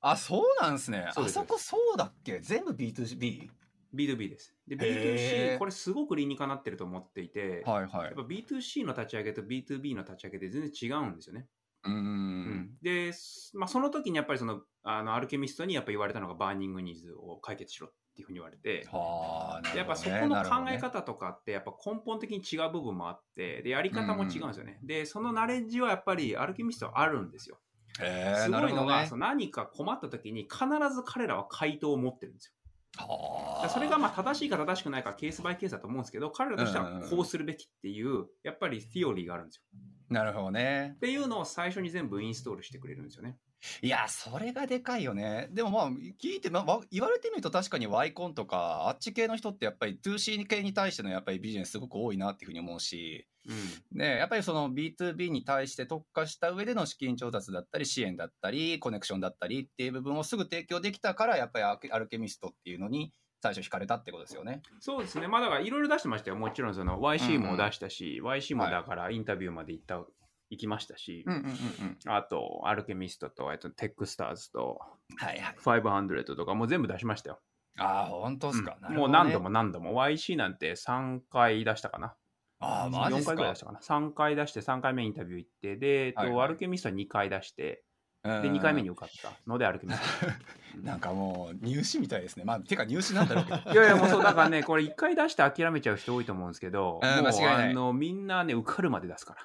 S1: あ、そうなんですね。
S3: そう
S1: あ
S3: です
S1: そこそうだっけ全部 B2B?
S3: B2B です。で、
S1: へ
S3: B2C、
S1: ー
S3: これすごく理にかなってると思っていて、
S1: はいは
S3: やっ。ぱ B2C の立ち上げと B2B の立ち上げで全然違うんですよね。
S1: うー。
S3: うんで、すまあ、その時にやっぱりその、あの、アルケミストにやっぱ言われたのがバーニングニーズを解決しろっていうふうに言われて、
S1: はあ、なるほどね、
S3: やっぱそこの考え
S1: なるほどね
S3: 方とかってやっぱ根本的に違う部分もあってでやり方も違うんですよね、でそのナレッジはやっぱりアルケミストはあるんですよ、
S1: へえ
S3: すご
S1: なる
S3: い
S1: ほ
S3: の
S1: ど
S3: が、
S1: ね
S3: その何か困った時に必ず彼らは回答を持ってるんですよだ
S1: は
S3: か
S1: あ。
S3: らそれがまあ正しいか正しくないかケースバイケースだと思うんですけど彼らとして
S1: うんう
S3: は
S1: んうん
S3: こうするべきっていうやっぱりティオリーがあるんですよ
S1: なるほどね
S3: っ。ていうのを最初に全部インストールしてくれるんですよね
S1: いや、それがでかいよね。でもまあ、聞いて、まあ、わ言われてみると確かにワイコンとか、あっち系の人ってやっぱり 2C 系に対してのやっぱりビジネスすごく多いなっていうふうに思うし、
S3: うん
S1: ね、やっぱりその B2B に対して特化した上での資金調達だったり支援だったりコネクションだったりっていう部分をすぐ提供できたからやっぱりアルアルケミストっていうのに最初惹かれたってことですよね。
S3: そうですねまあだからいろいろ出してましたよもちろんその YC も出したし、YC も
S1: はい
S3: だからインタビューまで行った、行きましたし、
S1: うんうんうんうん。
S3: あと、アルケミストと、えっと、テックスターズと、
S1: はいはい。
S3: 500とか、もう全部出しましたよ。
S1: ああ、本当ですか。
S3: うん
S1: なる
S3: も
S1: ほど
S3: う
S1: ね
S3: 何度も。何度も。YC なんて3回出したかな。
S1: ああ、マジっ
S3: 4
S1: すか。
S3: 回ぐらい出したかな。3回出して、3回目インタビュー行って、で、えっと
S1: はいはい
S3: アルケミストは2回出して、
S1: うん
S3: で、2回目に。受かったので、アルケミスト。
S1: [laughs] なんかもう入試みたいですね。まあ、てか入試なんだろうけど。
S3: [laughs] いやいや、もうそう、だからね、これ1回出して諦めちゃう人多いと思うんですけど、
S1: うん
S3: も
S1: 間
S3: う
S1: 違いない
S3: あのみんなね、受かるまで出すから。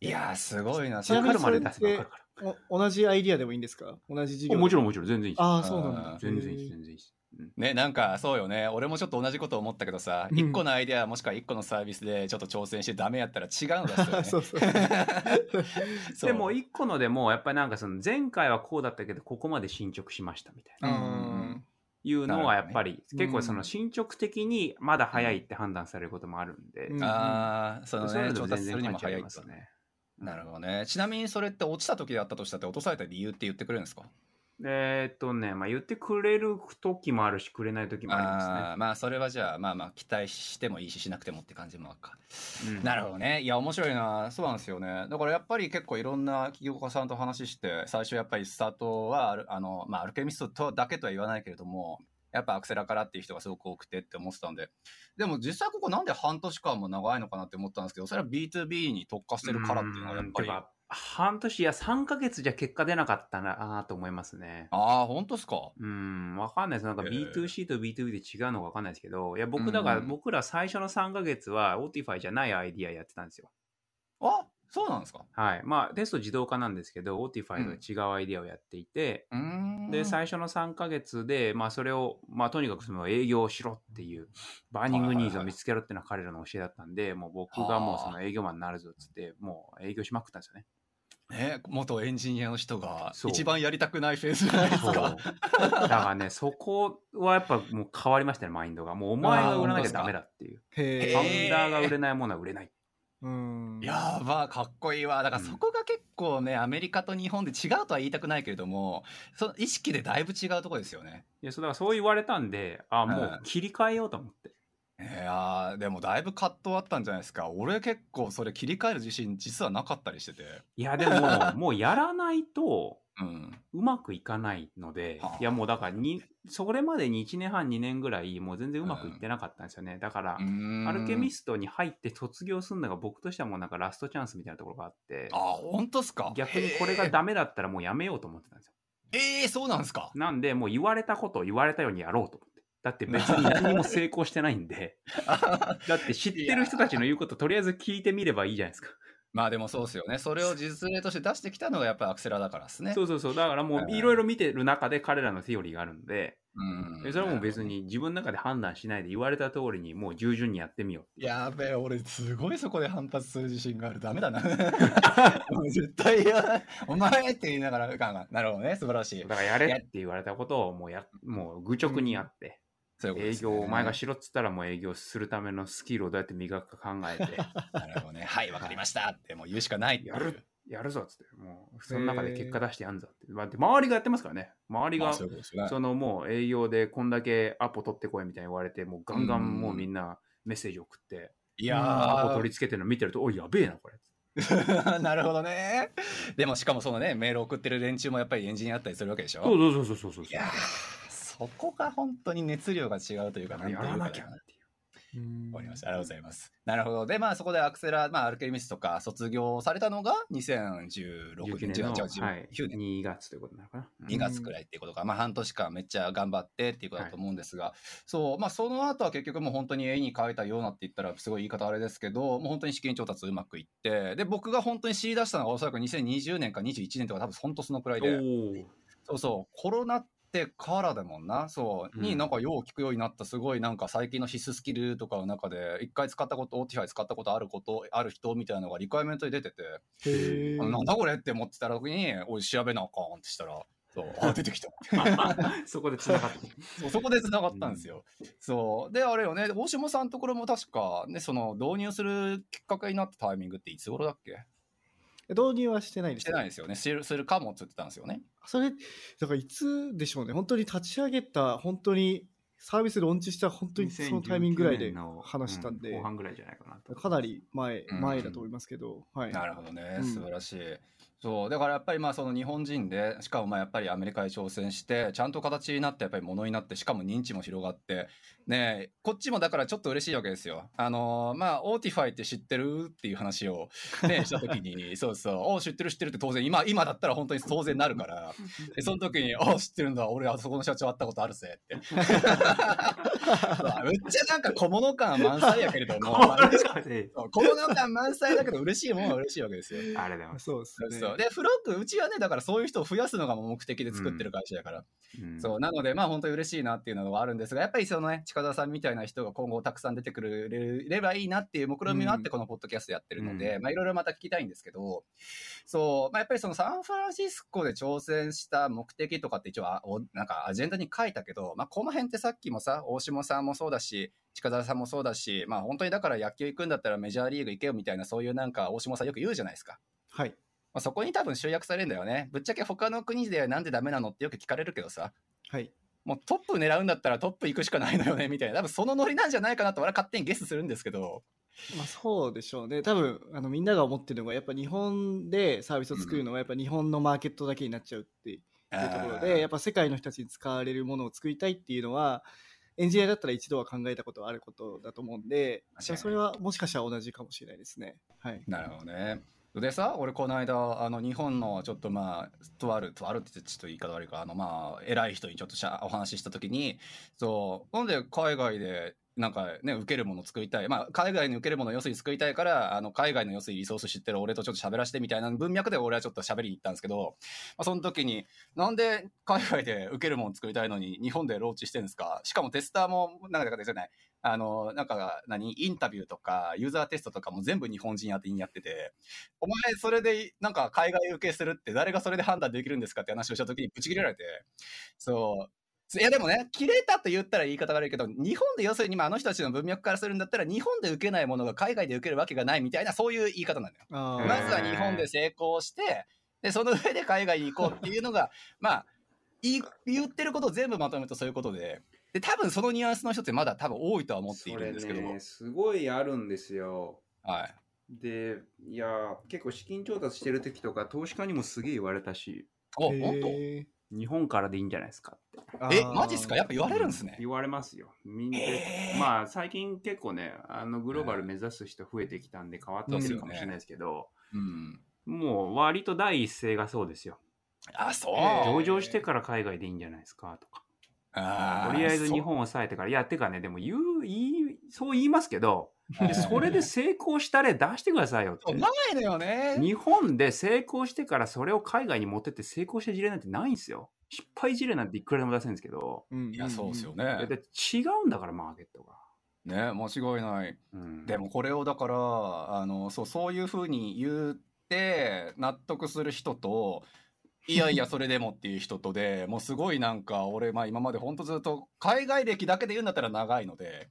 S1: いやー、すごいな。
S2: ちなみ
S3: 受
S2: に
S3: かるまで出せば
S2: それ
S3: 受
S2: って
S3: かるか
S2: お同じアイディアでもいいんですか同じ事業
S3: ら。
S2: で
S3: もちろん、もちろん、全然いいです。
S2: ああ、そうなんだ。
S3: 全然いいで
S2: へ
S3: す、
S2: ー
S3: 全然いいです。うん
S1: ね、なんかそうよね俺もちょっと同じこと思ったけどさ、
S2: うん
S1: 一1個のアイデアもしくは1個のサービスでちょっと挑戦してダメやったら違うのです
S3: [laughs]
S1: よね
S2: [laughs] そうそう。
S1: そう
S3: でも一個のでもやっぱりなんかその前回はこうだったけどここまで進捗しましたみたい
S1: [laughs]
S3: な
S1: うん
S3: いうの
S1: な
S3: はや
S1: るほどね
S3: っぱり結構そ
S2: うん
S3: の進捗的にまだ早いって判断されることもあるんで、
S2: うん
S1: ああその
S3: そうい
S1: ね
S3: う
S1: 調
S3: ので
S1: 達
S3: 全
S1: する
S3: 然
S1: に
S3: 価
S1: も
S3: 値あ
S1: 早い
S3: り
S1: と
S3: ますよね。
S1: なるほどねちなみにそれって落ちた時であったとしたって落とされた理由って言ってくれるんですか
S3: えーっとね、まあ、言ってくれる時もあるしくれない時もあり
S1: あ
S3: ま
S1: ーまあそれはじゃあまあまあ期待してもいいししなくてもって感じもあるか、
S3: すね。うん
S1: なるほどねいや面白いなそうなんですよねだからやっぱり結構いろんな起業家さんと話して最初やっぱりスタートはあるあの、まあ、アルケミストとだけとは言わないけれどもやっぱアクセラからっていう人がすごく多くてって思ってたんででも実際ここなんで半年間も長いのかなって思ったんですけどそれは B2B に特化してるからっていうのがやっぱり
S3: んてか半年、いや、3ヶ月じゃ結果出なかったなと思いますね。
S1: ああ、本当ですか。
S3: うん、わかんないです。なんか
S1: えー
S3: B2C と B2B で違うのかわかんないですけど、いや、僕だから、
S1: うん
S3: 僕ら最初の3ヶ月は Otify じゃないアイディアやってたんですよ。
S1: あそうなんですか。
S3: はい。まあ、テスト自動化なんですけど、Otify と違うアイディアをやっていて、
S1: うーん
S3: で、最初の3ヶ月で、まあ、それを、まあ、とにかくその営業をしろっていう、バーニングニーズを見つけろっていうのは彼らの教えだったんで、もう僕がもうその営業マンになるぞっつって、もう営業しまくったんですよね。
S1: ね、元エンジニアの人が
S3: そう
S1: 一番やりたくないフェーズじゃないです
S3: そう。
S1: か。
S3: だからね、そこはやっぱもう変わりましたね、マインドが。もうお前が売らなきゃダメだっていう。フ
S1: ー
S2: へ
S1: 本当です
S3: ァ
S1: か
S2: え。
S3: ウンダーが売れないものは売れない。
S2: うん。
S1: やーまあかっこいいわだから
S3: うん
S1: そこが結構ね、アメリカと日本で違うとは言いたくないけれどもその意識でだいぶ違うところですよね。
S3: いやそうだからそう言われたんで、あもう切り替えようと思って。
S1: いやーでもだいぶ葛藤あったんじゃないですか俺結構それ切り替える自信実はなかったりしてて。
S3: いや、でも、もうやらないと
S1: うん、
S3: うまくいかないので
S1: はあ、
S3: いや、もうだからに、それまでに1年半、2年ぐらい、もう全然うまくいってなかったんですよね。だから、アルケミ
S1: ス
S3: ストに入って卒業するのが僕としてはもうなんかラストチャンスみたいなところがあって
S1: あ、本当っすか
S3: 逆にこれがダメだったらもうやめようと思ってたんですよ。
S1: えー、そうなんですか
S3: なんで、もう言われたことを言われたようにやろうと思って。だって別に何も成功してない
S1: [laughs]
S3: んで、だって知ってる人たちの言うこととりあえず聞いてみればいいじゃないですか。
S1: まあでもそうですよねそれを実例として出してきたのがやっぱりアクセラだからですね。
S3: そうそうそう。だからもういろいろ見てる中で彼らのセオリーがあるんで、
S1: うん
S3: それはもう別に自分の中で判断しないで言われた通りにもう従順にやってみよう。
S1: やべえ、俺、すごいそこで反発する自信がある。ダメだ
S3: [laughs]
S1: な。もう絶対嫌だお前って言いながら、あまあなるほどね、素晴らしい
S3: だ。からやれって言われたことをもうや、もう愚直にやって、
S1: そういうことで
S3: 営
S1: すね
S3: 業をお前がしろっつったらもう営業するためのスキルをどうやって磨くか考え
S1: [laughs]
S3: て、
S1: なるほどね。はい、わかりましたって、もう言うしかないっていう
S3: やるやるぞっつって、もう、その中で結果出してやんぞって。まあで周りがやってますからね。周り
S1: まあ
S3: が、
S1: そう
S3: そ
S1: いうことですよね
S3: のもう営業でこんだけアポ取ってこいみたいに言われて、もうガンガ
S1: うん
S3: ンもうみんなメッセージ送って、
S1: い
S3: アポ
S1: や
S3: 取り付けてるの見てると、おい、やべえな、これ。
S1: ー、 [laughs] なるほどね。でも、しかもそのね、メール送ってる連中もやっぱりエンジニアだったりするわけでしょ。
S3: そうそうそうそうそうそう。
S1: いやーそこが本当に熱量が違うというか、
S3: だ
S1: な
S3: か
S1: んとい
S3: ら
S1: う
S3: や
S1: から
S3: なきゃっ
S2: う
S3: ていう。
S2: ん
S1: わかりました。ありがとうございます。なるほど。で、まあ、そこでアクセラ、まあ、アルケミスとか卒業されたのが2016
S3: 19
S1: 年、違
S3: 年
S1: う
S3: の、
S1: 違う、
S3: はい、
S1: 19年、
S3: 2月ということなのかな。うん
S1: 2月くらいっていうことか、まあ、半年間めっちゃ頑張ってっていうことだと思うんですが、そう、まあ、その後は結局もう本当に絵に描いたようなって言ったら、すごい言い方あれですけど、もう本当に資金調達うまくいって、で、僕が本当に知り出したのがおそらく2020年か21年とか、多分本当そのくらい
S3: お
S1: で、
S3: ー
S1: そうそう、コロナってからだもんな、そう、
S3: う
S1: に
S3: ん
S1: なんかよう聞くようになった、すごいなんか最近の必須スキルとかの中で、一回使ったこと、オーティファイ使ったことあること、ある人みたいなのがリクエイメントで出てて、
S2: へえ。
S1: なんだこれって思ってた時に、おい、調べなあかんってしたら、 [laughs] そう、あ、出てきた。
S3: そこで
S2: [laughs]
S3: 繋がってくる。
S1: そうそこで繋がったんですよ。そう。で、あれよね、大島さんのところも確か、ね、その導入するきっかけになったタイミングっていつ頃だっけ
S2: 導入はしてないで
S1: し
S2: す。
S1: てないですよね。するするかもって言ってたんですよね。
S2: それ、だからいつでしょうね。本当に立ち上げた、本当にサービスローンチした本当にそのタイミングぐらいで
S3: 2019年の
S2: 話したんで、
S3: う後半ぐらいじゃないかなと。 [laughs]
S2: かなり前、
S1: うん
S2: 前だと思いますけど、はい。
S1: なるほどね
S2: う、ん
S1: 素晴らしい。そうだからやっぱりまあその日本人でしかもまあやっぱりアメリカに挑戦してちゃんと形になってやっぱりものになってしかも認知も広がってねえこっちもだからちょっと嬉しいわけですよあのーまあオーティファイって知ってるっていう話を
S2: [laughs]
S1: ねした時にそうそうお知ってる知ってるって当然今今だったら本当に当然なる
S2: [laughs]
S1: からでその時にお知ってるんだ俺あそこの社長会ったことあるぜ
S2: [laughs]
S1: って [laughs] そうめっちゃなんか小物感満載やけれど
S2: [laughs]
S1: もまあ嬉しかったそう小物感満載だけど嬉しいもんは嬉しいわけですよ
S3: あれだよ。
S2: そうです
S1: そう
S2: ね。
S1: そうでフロックうちはねだからそういう人を増やすのが目的で作ってる会社だから、
S3: うん
S1: そうなのでまあ本当に嬉しいなっていうのはあるんですがやっぱりそのね近田さんみたいな人が今後たくさん出てくれればいいなっていう目論見みがあってこのポッドキャストやってるので、
S3: うん
S1: まあいろいろまた聞きたいんですけどそう、まあ、やっぱりそのサンフランシスコで挑戦した目的とかって一応あおなんかアジェンダに書いたけど、まあ、この辺ってさっきもさ大下さんもそうだし近田さんもそうだしまあ本当にだから野球行くんだったらメジャーリーグ行けよみたいなそういうなんか大下さんよく言うじゃないですか。
S2: はい。
S1: まあ、そこに多分集約されるんだよね。ぶっちゃけ他の国でなんでダメなのってよく聞かれるけどさ、
S2: はい。
S1: もうトップ狙うんだったらトップ行くしかないのよねみたいな、多分そのノリなんじゃないかなと俺は勝手にゲスするんですけど。
S2: まあ、そうでしょうね。多分、あの、みんなが思ってるのが、やっぱ日本でサービスを作るのは、やっぱ日本のマーケットだけになっちゃうっていう
S1: と
S2: ところで、やっぱ世界の人たちに使われるものを作りたいっていうのは、エンジニアだったら一度は考えたことあることだと思うんで、
S1: 確かに
S2: それはもしかしたら同じかもしれないですね。はい。
S1: なるほどね。でさ、俺この間、あの、日本のちょっとまあ、とある、とあるってちょっと言い方悪いから、あのまあ、偉い人にちょっとしゃお話ししたときに、そう、なんで海外で、なんかね、受けるもの作りたい。まあ、海外に受けるものを要するに作りたいから、あの、海外の要するにリソース知ってる俺とちょっと喋らせてみたいな文脈で俺はちょっと喋りに行ったんですけど、まあ、その時に、なんで海外で受けるもの作りたいのに日本でローチしてるんですかしかもテスターも、なんかですよね、あの、なんか、何、インタビューとか、ユーザーテストとかも全部日本人宛てにやってて、お前、それで、なんか、海外受けするって、誰がそれで判断できるんですかって話をした時に、ぶち切れられて、そう。いや、でもね、切れたと言ったら言い方悪いけど、日本で要するに、まあ、あの人たちの文脈からするんだったら、日本で受けないものが海外で受けるわけがないみたいな、そういう言い方なんだよ。
S2: あ
S3: うん
S1: ま
S2: ー
S1: ずは日本で成功して、で、その上で海外に行こうっていうのが、 [laughs] まあ、い言ってることを全部まとめるとそういうことで、で、多分そのニュアンスの人ってまだ多分多いとは思ってい
S3: そ
S1: る
S3: れ
S1: んですけど、
S3: ね、すごいあるんですよ。
S1: はい。
S3: で、いや、結構資金調達してる時とか、投資家にもすげえ言われたし、
S1: お、
S2: へ
S1: 本当
S2: ー
S3: 日本からでいいんじゃないですかって。
S2: あ
S1: え、
S2: ー
S1: マジっすかやっぱ言われるんですね。
S3: 言われますよ。みんな、
S1: えー
S3: まあ、最近結構ね、あの、グローバル目指す人増えてきたんで変わってきてるかもしれないですけど、
S1: うん。
S3: もう割と第一声がそうですよ。
S1: あ、そう。
S2: えー
S3: 上場してから海外でいいんじゃないですかとか。
S1: あー
S3: とりあえず日本を抑えてから、いや、てかね、でも言う、言い、そう言いますけど、
S1: そう
S3: でそれで成功した例出してくださいよっ
S1: そう
S3: て。
S1: ないのよね。
S3: 日本で成功してからそれを海外に持ってって成功した事例なんてないんですよ。失敗事例なんていくらでも出せるんですけど、
S2: うん
S1: いや、そうですよ
S2: ね。
S3: だ
S1: ね
S3: っ。て違うんだから、マーケットが。
S1: ね、間違いない。
S3: うん、
S1: でもこれをだからあのそうそういうふうに言って納得する人
S3: [laughs]
S1: といやいやそれでもっていう人とでもうすごいなんか俺まあ今まで本当ずっと海外歴だけで言うんだったら長いので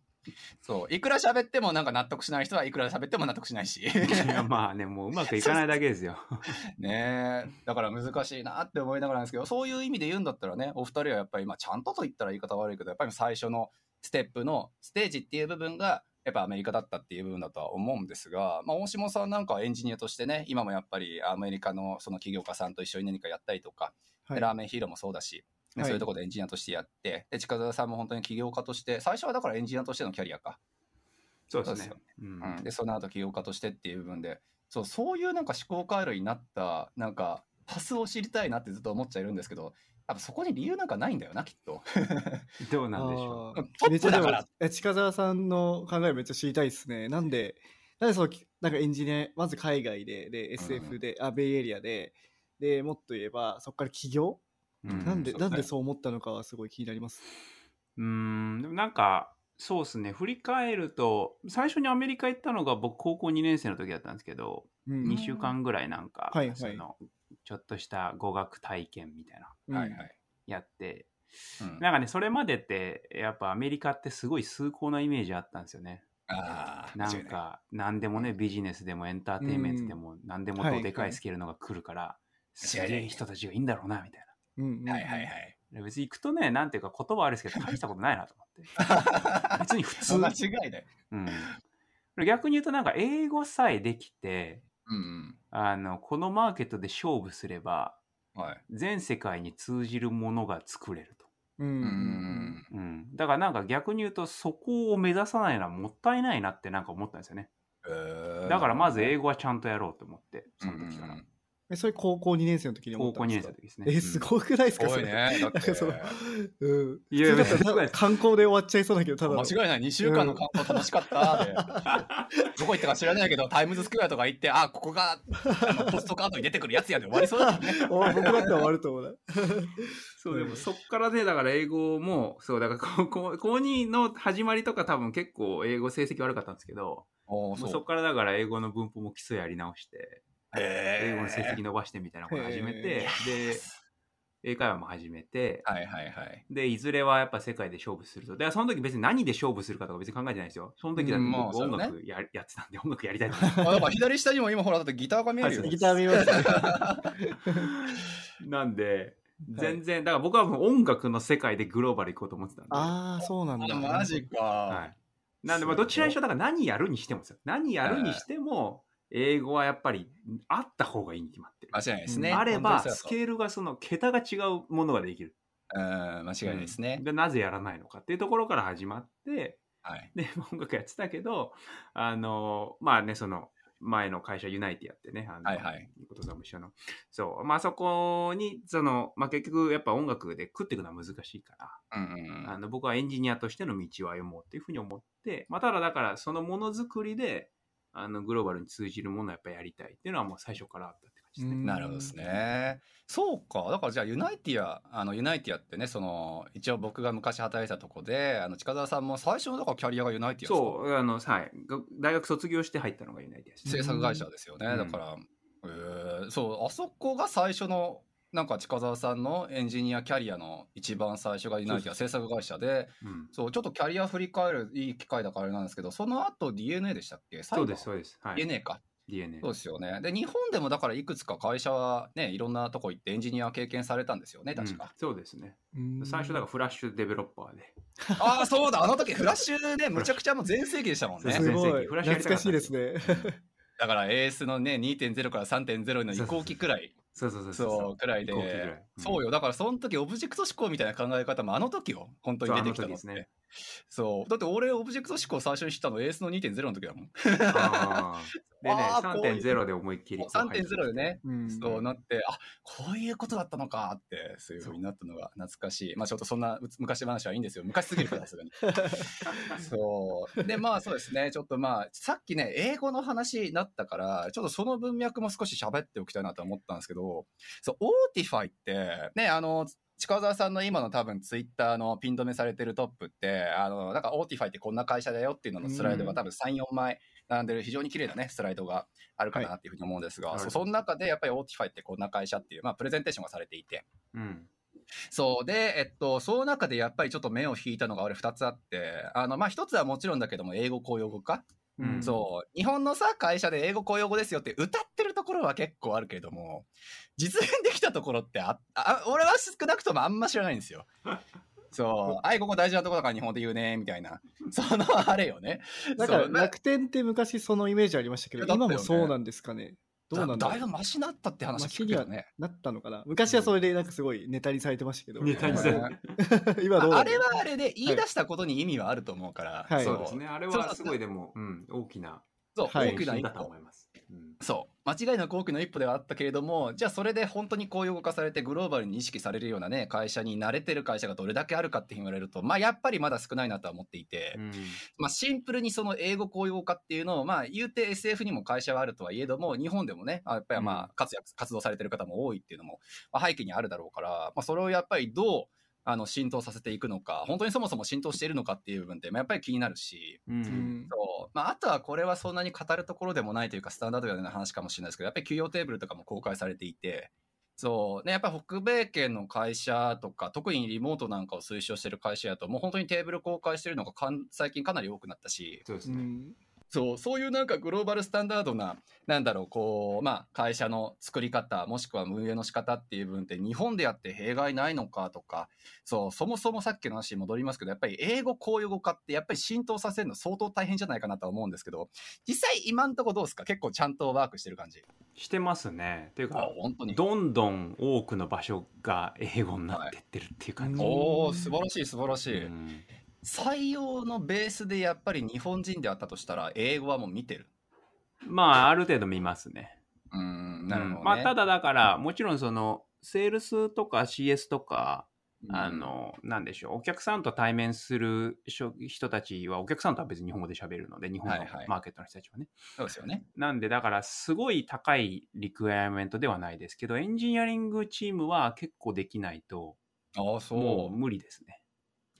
S1: そういくら喋ってもなんか納得しない人はいくら喋っても納得しないし
S3: [laughs] いやまあね、もううまくいかないだけですよ。
S1: ねえだから難しいなって思いながらなんですけどそういう意味で言うんだったらねお二人はやっぱり今ちゃんとと言ったら言い方悪いけどやっぱり最初のステップのステージっていう部分がやっぱアメリカだったっていう部分だとは思うんですが、まあ、大下さんなんかはエンジニアとしてね今もやっぱりアメリカのその起業家さんと一緒に何かやったりとか、
S2: はい
S1: ラーメンヒーローもそうだし、ね
S2: はい
S1: そういうところでエンジニアとしてやってで近澤さんも本当に起業家として最初はだからエンジニアとしてのキャリアか
S3: そう
S1: ですね
S3: ですね。うん
S1: うん、でその後起業家としてっていう部分でそうそういうなんか思考回路になったなんかパスを知りたいなってずっと思っちゃいるんですけど多分そこに理由なんかないんだよなきっと
S3: どうなんでしょ
S2: あ
S1: ト
S2: ー
S1: ップ
S2: めっちゃで
S1: だ
S2: も
S1: から
S2: え近澤さんの考えめっちゃ知りたいですね。なんで、なんでそのなんかエンジニア、まず海外で、で、SF で、あ、ベイエリアで、で、もっと言えば、そこから起業、
S3: う。
S1: うん
S2: なんで、
S1: そう
S2: なんで
S1: ね
S2: そう思ったのかはすごい気になります。
S3: うーん、でもなんか、そうですね、振り返ると、最初にアメリカ行ったのが僕、高校2年生の時だったんですけど、
S2: うん
S3: 2週間ぐらいなんか、
S2: はいはい
S3: そのちょっとした語学体験みたいな、
S2: うん
S1: はいはい、
S3: やって、
S1: うん
S3: なんかね、それまでって、やっぱアメリカってすごい崇高なイメージあったんですよね。
S1: あー
S3: なんか、何でもね、ビジネスでもエンターテインメントでも、何でもどうでかいスケールのが来るから、すげえ人たちがいいんだろうな、みたい
S2: うん
S3: な。
S2: うん
S1: 間違いないはいはい
S3: [laughs]
S1: はい
S3: で別に行くとね、なんていうか言葉はあれですけど、大したことないなと
S1: [laughs]
S3: 思って。別に普通。
S1: 間違いない、
S3: うん、逆に言うと、なんか英語さえできて、
S1: うん
S3: あの、このマーケットで勝負すれば、
S1: うん、はい
S3: 全世界に通じるものが作れると。
S2: うんうん
S1: う
S2: うん
S1: ん
S3: うん。だからなんか逆に言うと、そこを目指さないのはもったいないなってなんか思ったんですよね。だからまず英
S1: 語
S3: 語はちゃんとやろうと思って、その時から。
S2: えそれ高校2年生の時に思
S3: 高
S2: った
S3: 校2
S2: んです
S3: 年生
S2: か
S3: の時ですね。
S2: え、すごくないですか
S1: すごいねだっ
S3: [laughs]
S1: て
S2: そのうん。
S3: いやいや
S2: 普通だったら
S3: [laughs] すごいです
S2: 観光で終わっちゃいそうだけど、ただの。
S1: 間違いない2週間の観光楽しかったで、どこ行ったか知らないけどタイムズスクエアとか行ってあここがあのポストカードに出てくるやつやで終わりそうだもんね
S2: お僕だったら終わると思うな。
S3: そう、でもそっからね、だから英語も、そう、だから高校、高2の始まりとか多分結構英語成績悪かったんですけど、
S1: お
S3: も
S1: ー
S3: うそっからだから英語の文法も基礎やり直して、
S1: へ
S3: 英
S1: ー
S3: 語の成績伸ばしてみたいなこと始めて、で、英会話も始めて、
S1: はいはいはい。
S3: で、いずれはやっぱ世界で勝負すると。で、その時別に何で勝負するかとか別に考えてないですよ。その時だって
S1: うんまあ
S3: 僕音
S1: そ
S3: 楽や,、やってたんで、音楽やりたいと
S1: [laughs] あ、だから左下にも今ほら、だってギターが見えるよ。
S3: はい
S2: ギター見 [laughs] ますね。
S3: なんで、全然、だから僕はもう音楽の世界でグローバル行こうと思ってたんで。
S2: ああ、そうなんだ。
S1: あマジか。
S3: はい。なんで、まあ、どちらにしろ、だから何やるにしてもですよ。何やるにしても、英語はやっぱりあった方がいいに決まってる。
S1: 間違いないですね。
S3: あれば、
S1: 本当に
S3: ス
S1: そうだ
S3: ケールがその、桁が違うものができる。
S1: とうん、間違いないですね。
S3: で、なぜやらないのかっていうところから始まって、
S1: はい。
S3: [laughs] で、音楽やってたけど、あの、まあね、その、前の会社ユナイティやってね、あの、
S1: はいはい
S3: ことさんも一緒の。そう、まあそこに、その、まあ結局やっぱ音楽で食っていくのは難しいから、
S1: うんうん
S3: あの僕はエンジニアとしての道を歩もうっていうふうに思って、まあ、ただだからそのものづくりであのグローバルに通じるものをやっぱりやりたいっていうのはもう最初からあったって感じですね。
S1: うんなるほどです。ね。そうか。だからじゃあ、ユナイティア、あの、ユナイティアってね、その、一応僕が昔働いてたとこで、あの、近澤さんも最初のだからキャリアがユナイティアですか
S3: そうあの、はい、が大学卒業して入ったのがユナイティアですね
S1: 制作会社ですよね、
S3: うん
S1: だから、えーそうあそこが最初のなんか近澤さんのエンジニアキャリアの一番最初がユナイティア制作会社で
S3: うん
S1: そうちょっとキャリア振り返るいい機会だからあれなんですけどその後 DNA でしたっけ
S3: そうです、そう
S1: う
S3: です。はい、
S1: DNA か
S3: DNA
S1: そうですよねで日本でもだからいくつか会社はねいろんなとこ行ってエンジニア経験されたんですよね確
S3: うん
S1: か、
S3: そうですね。
S2: うん
S3: 最初だからフラッシュデベロッパーで。
S1: ああそうだあの時フラッシュ
S3: [laughs]
S1: ねむちゃくちゃもう全盛期でしたもんね
S3: そう
S2: すごい
S3: 全盛期フラッシュやりたか
S2: 懐
S3: っ
S2: か
S3: た
S2: し
S3: ん
S2: い
S3: で
S2: ですす
S3: よ
S2: ね。 [laughs]
S1: だから AS のね2.0から3.0の移行期くらい
S3: そうそうそう
S1: そうくらいで
S3: 移行期ぐらいうん
S1: そうよだからその時オブジェクト思考みたいな考え方もあの時よ本当に出てきたのって
S3: そうあの時です
S1: そうだって俺オブジェクト思考最初に知ったのエースの2.0の時だもん
S3: あーでね
S1: あ、ーこういう
S3: 3.0で思いっきりこう入って
S1: 3.0でね
S2: うん
S1: そうなってあこういうことだったのかってそういうふうになったのが懐かしいまあちょっとそんなうつ昔話はいいんですよ昔すぎるからさす
S2: [laughs]
S1: がにそうでまあそうですねちょっとまあさっきね英語の話になったからちょっとその文脈も少し喋っておきたいなと思ったんですけどそうオーティファイってねあの近澤さんの今の多分ツイッターのピン止めされてるトップって、あの、なんかオーティファイってこんな会社だよっていうののスライドが多分3、4枚並んでる非常に綺麗なね、スライドがあるかなっていうふうに思うんですが、
S3: はい
S1: そその中でやっぱりオーティファイってこんな会社っていう、まあプレゼンテーションがされていて、
S3: うん。
S1: そうで、えっと、その中でやっぱりちょっと目を引いたのが俺2つあって、あの、まあ1つはもちろんだけども英語公用語化
S3: うん
S1: そう日本のさ会社で英語公用語ですよって歌ってるところは結構あるけれども実現できたところってああ俺は少なくともあんま知らないんです
S3: [laughs]
S1: よ。そう「はいここ大事なところだから日本で言うね」みたいなそのあれよね。
S2: なんか
S1: そうな
S2: 楽天って昔そのイメージありましたけ
S1: だ
S2: ど、
S1: ったよ
S2: 今
S1: ね
S2: もそうなんですかね。どうなんだ
S1: だ
S2: ろ
S1: いうぶマシになったって話は聞くけどね。
S2: なったのかな昔はそれでなんかすごいネタにされてましたけど、
S3: ネタにされて
S2: 今どう
S1: あ
S2: な
S1: あ
S2: んだ
S1: れ
S2: ろ
S1: はあれで言い出したことに意味はあると思うから、
S2: はい
S3: そうですね。あれ
S1: そうそう
S3: は
S1: そう
S3: すごいでも、うん、大きな、
S1: そう、
S2: はい
S1: 大きな
S3: 変身
S1: 一
S3: だと
S1: 歩
S3: 思います。うん
S1: そう間違いなく多くの一歩ではあったけれどもじゃあそれで本当にこう用語化されてグローバルに意識されるようなね会社に慣れてる会社がどれだけあるかって言われるとまあやっぱりまだ少ないなとは思っていて、
S3: うん
S1: まあ、シンプルにその英語公用化っていうのをまあ言うて SF にも会社はあるとはいえども日本でもねあやっぱりまあ活躍活動されてる方も多いっていうのもまあ背景にあるだろうから、まあ、それをやっぱりどうあの浸透させていくのか本当にそもそも浸透しているのかっていう部分ってまあやっぱり気になるし。
S3: う
S2: ううんん
S1: そうまあ、あとはこれはそんなに語るところでもないというかスタンダードな話かもしれないですけどやっぱり給与テーブルとかも公開されていてそう、ね、やっぱ北米圏の会社とか特にリモートなんかを推奨してる会社やともう本当にテーブル公開してるのがかん最近かなり多くなったし
S3: そうです
S2: う
S3: ね。
S2: ん
S1: そうそういうなんかグローバルスタンダードななんだろうこう、まあ、会社の作り方もしくは運営の仕方っていう部分って日本でやって弊害ないのかとかそうそもそもさっきの話に戻りますけどやっぱり英語公用語化ってやっぱり浸透させるの相当大変じゃないかなとは思うんですけど実際今んとこどうですか結構ちゃんとワークしてる感じ
S3: してますね。っていう
S1: あ
S3: か、
S1: 本当に
S3: どんどん多くの場所が英語になってってるっていう感じ。
S2: はい
S1: おお素晴らしい素晴らしい、
S3: うん
S1: 採用のベースでやっぱり日本人であったとしたら英語はもう見てる
S3: まあ、ある程度見ますね。
S1: うーんなるほど、ね
S3: うんまあ、ただだから、もちろんその、セールスとか CS とか、
S1: うん
S3: あの、なんでしょう、お客さんと対面する人人たちは、お客さんとは別に日本語で喋るので、日本
S1: は
S3: の
S1: いはい
S3: マーケットの人たちはね。
S1: そうですよね
S3: なんで、だから、すごい高いリクエアメントではないですけど、エンジニアリングチームは結構できないと、
S1: ああそう
S3: もう無理ですね。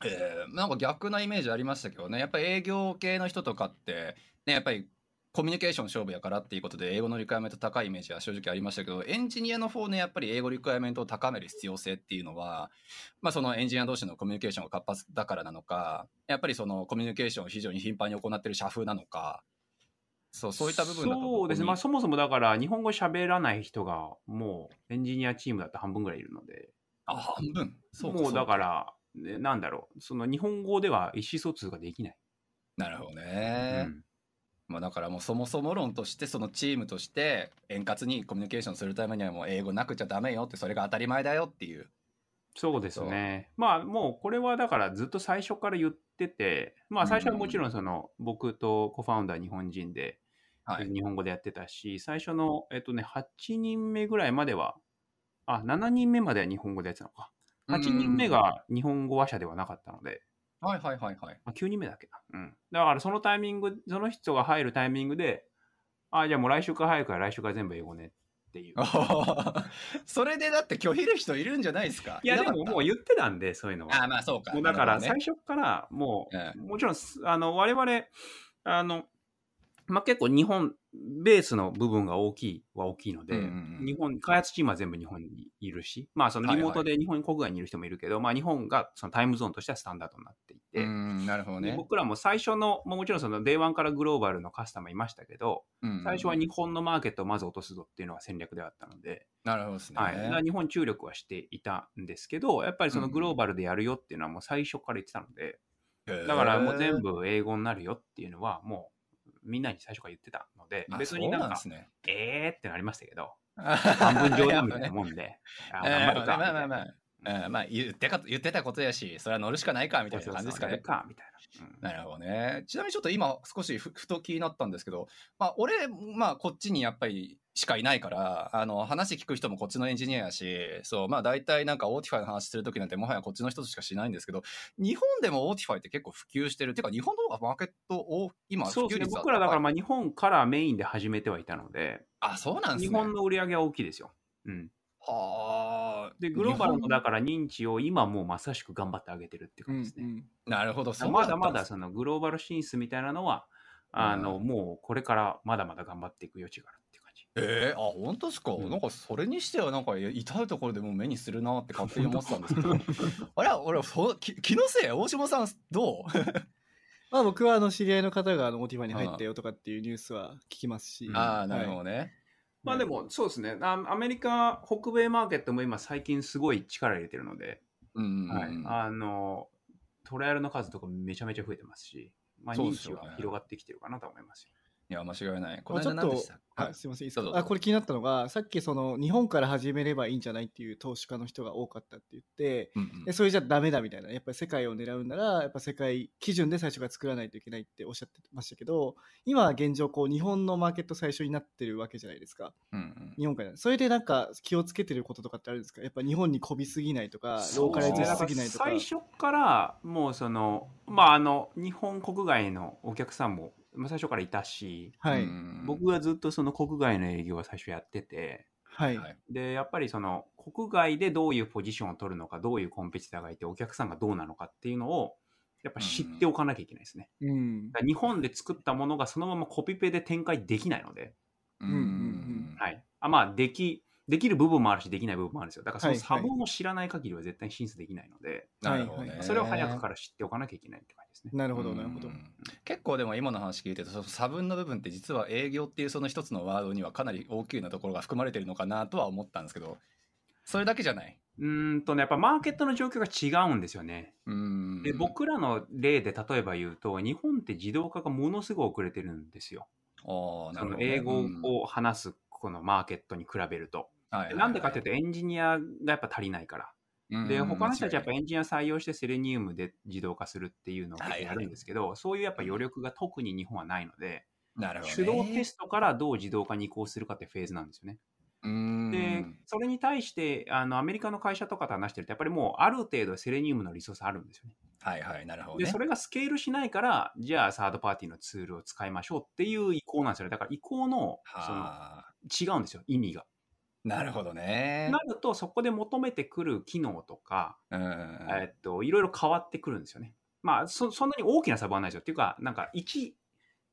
S1: えーなんか逆なイメージありましたけどね、やっぱり営業系の人とかって、ね、やっぱりコミュニケーション勝負やからっていうことで、英語のリクエアメント高いイメージは正直ありましたけど、エンジニアの方ね、やっぱり英語リクエアメントを高める必要性っていうのは、まあ、そのエンジニア同士のコミュニケーションが活発だからなのか、やっぱりそのコミュニケーションを非常に頻繁に行ってる社風なのか、そうそういった部分だと
S3: そうですね。まあ、
S1: こ
S3: そもそもだから、日本語喋らない人が、もう、エンジニアチームだと半分ぐらいいるので、
S1: こにあ半分そうか
S3: も
S1: そうか
S3: だから、ねなんだろう、その日本語では意思疎通ができない。
S1: なるほどね。
S3: うん
S1: まあ、だからもうそもそも論としてそのチームとして円滑にコミュニケーションするためにはもう英語なくちゃダメよってそれが当たり前だよっていう。
S3: そうですね。まあもうこれはだからずっと最初から言ってて、まあ最初はもちろんその僕とコファウンダー日本人で、
S1: はい
S3: 日本語でやってたし、最初の、えっとね、8人目ぐらいまでは、あ、7人目までは日本語でやってたのか。8人目が日本語話者ではなかったので、
S1: うん。はいはいはいはい。
S3: あ9人目だっけな。うん。だからそのタイミング、その人が入るタイミングで、あ、じゃあもう来週から入るから来週から全部英語ねっ
S1: [laughs]
S3: ていう。
S1: [laughs] それでだって拒否る人いるんじゃないですか
S3: いや、
S1: な
S3: で
S1: かった
S3: ももう言ってたんで、そういうのは。
S1: ああ、まあそうか。
S3: もうだから
S1: なる
S3: 最初からもう、
S1: ほどね
S3: もちろんす、あの、我々、あの、まあ、結構日本ベースの部分が大きいは大きいの
S1: う
S3: で、
S1: んうんうん
S3: 日本、開発チームは全部日本にいるし、まあ、その
S1: はい
S3: リ
S1: はい
S3: モートで日本国外にいる人もいるけど、まあ、日本がそのタイムゾーンとしてはスタンダードになっていて、
S1: うんうん、なるほど
S3: で
S1: ね。
S3: 僕らも最初の、もうもちろんその Day1 からグローバルのカスタマーいましたけど、
S1: うん
S3: 最初は日本のマーケットをまず落とすぞっていうのが戦略ではあったので、
S1: なるほどですね。
S3: はい、だから日本注力はしていたんですけど、やっぱりそのグローバルでやるよっていうのはもう最初から言ってたので、だからもう全
S1: 部
S3: 部英語になるよっていうのはもうみんなに最初から言ってたので、別になんか、
S1: そうなんですね。
S3: えーってなりましたけど、半
S1: 半
S3: 分冗談みた
S1: [laughs]
S3: いなもんで、あー頑張るかみ
S1: ま
S3: た
S1: あ
S3: い
S1: まあま
S3: な。
S1: あ。うんまあ言ってか言ってたことやし、それは乗るしかないかみたいな感じですか
S3: そうそうそうや
S1: ね
S3: る。かみたいな。うん
S1: なるほどね。ちなみにちょっと今少しふふと気になったんですけど、まあ俺、まあこっちにやっぱりしかいないから、あの話聞く人もこっちのエンジニアやし、そう、まあ大体なんかオーティファイの話するときなんてもはやこっちの人としかしないんですけど、日本でもオーティファイって結構普及してる。てか日本の方がマーケットを今普
S3: そうです
S1: 及
S3: ね、
S1: 率は
S3: 僕らだから
S1: 高い
S3: まあ日本からメインで始めてはいたので、
S1: あ、そうなんで
S3: 日
S1: すね。
S3: 本の売り上げは大きいですよ。うん、
S1: はあ。
S3: で、グローバルのだから認知を今もうまさしく頑張ってあげてるって感じですね。
S1: なるほど、そう
S3: ま
S1: った
S3: だ
S1: んです
S3: まだそのグローバル進出みたいなのは、あの、もうこれからまだまだ頑張っていく余地があるって感じ。
S1: えー、あ本当ですか、
S3: うん
S1: なんかそれにしてはなんかい至る所でもう目にするなって勝手に思ってたんですけど [laughs] あれ俺そうき気のせい大島さんどう
S2: まあ僕はあの知り合いの方があのモティファに入ったよとかっていうニュースは聞きますし、
S3: うん
S1: ああなるほど
S2: は
S1: ね、
S3: まあでもそうですね、あアメリカ、北米マーケットも今最近すごい力入れてるので、
S1: うん
S3: はいあの、トライアルの数とかめちゃめちゃ増えてますし、まあ
S1: そう
S3: 認
S1: です
S3: 知
S1: よね
S3: は広がってきてるかなと思いますよ。
S1: いや間違いないこ
S2: まあ
S1: の間
S2: ちょっ
S1: 何
S2: と
S1: でした
S2: は
S1: はい
S2: い、すみませんいいですか
S1: どうぞ
S2: あこれ気になったのがさっきその日本から始めればいいんじゃないっていう投資家の人が多かったって言って
S1: うんう
S2: でそれじゃダメだみたいなやっぱり世界を狙うならやっぱ世界基準で最初から作らないといけないっておっしゃってましたけど今は現状こう日本のマーケット最初になってるわけじゃないですか
S1: んうん
S2: 日本からそれでなんか気をつけてることとかってあるんですかやっぱ日本にこびすぎないとかローカライズしすぎないとか
S3: そうですねだから最初からもうその、まああの、日本国外のお客さんもまあ最初からいたし、
S2: はい、
S1: うん
S3: 僕はずっとその国外の営業は最初やってて、
S2: はい、
S1: はい
S3: で、やっぱりその国外でどういうポジションを取るのか、どういうコンペティターがいて、お客さんがどうなのかっていうのを、やっぱ知っておかなきゃいけないですね。
S2: うん
S3: だから日本で作ったものがそのままコピペで展開できないので、
S1: うん
S2: うんうん
S3: はい。あまあ、でき、できる部分もあるし、できない部分もあるんですよ。だからその
S2: はいはい
S3: 差分を知らない限りは絶対に進出できないので、
S1: なるほどね、
S2: はいはい
S3: それを早くから知っておかなきゃいけないって感じですね。
S2: なるほどなるほど、
S1: うん結構でも今の話聞いてるとその差分の部分って実は営業っていうその一つのワードにはかなり大きなところが含まれてるのかなとは思ったんですけどそれだけじゃないう
S3: ーんとね、やっぱマーケットの状況が違うんですよね。
S1: うん
S3: で僕らの例で例えば言うと日本って自動化がものすごい遅れてるんですよ。
S1: ああなるほど
S3: その
S1: ね
S3: 英語
S1: うん
S3: を話すこのマーケットに比べると。
S1: はい
S3: なんでかっていうとエンジニアがやっぱ足りないから。で他の人たちはやっぱエンジニア採用してセレニウムで自動化するっていうのを結構やるんですけどそういうやっぱ余力が特に日本はないので
S1: なるほど
S3: 手
S1: ね
S3: 動テストからどう自動化に移行するかってフェーズなんですよね。
S1: うーん
S3: で、それに対して、あの、アメリカの会社とかと話してると、やっぱりもう、ある程度セレニウムのリソースあるんですよね。
S1: はいはいなるほどね
S3: で、それがスケールしないから、じゃあ、サードパーティーのツールを使いましょうっていう移行なんですよね。だから、移行の、その、
S1: はあ
S3: 違うんですよ、意味が。
S1: なるほどね
S3: なると、そこで求めてくる機能とか、
S1: うん
S3: えっと、いろいろ変わってくるんですよね。まあ、そ、そんなに大きな差はないですよ。っていうか、なんか、一、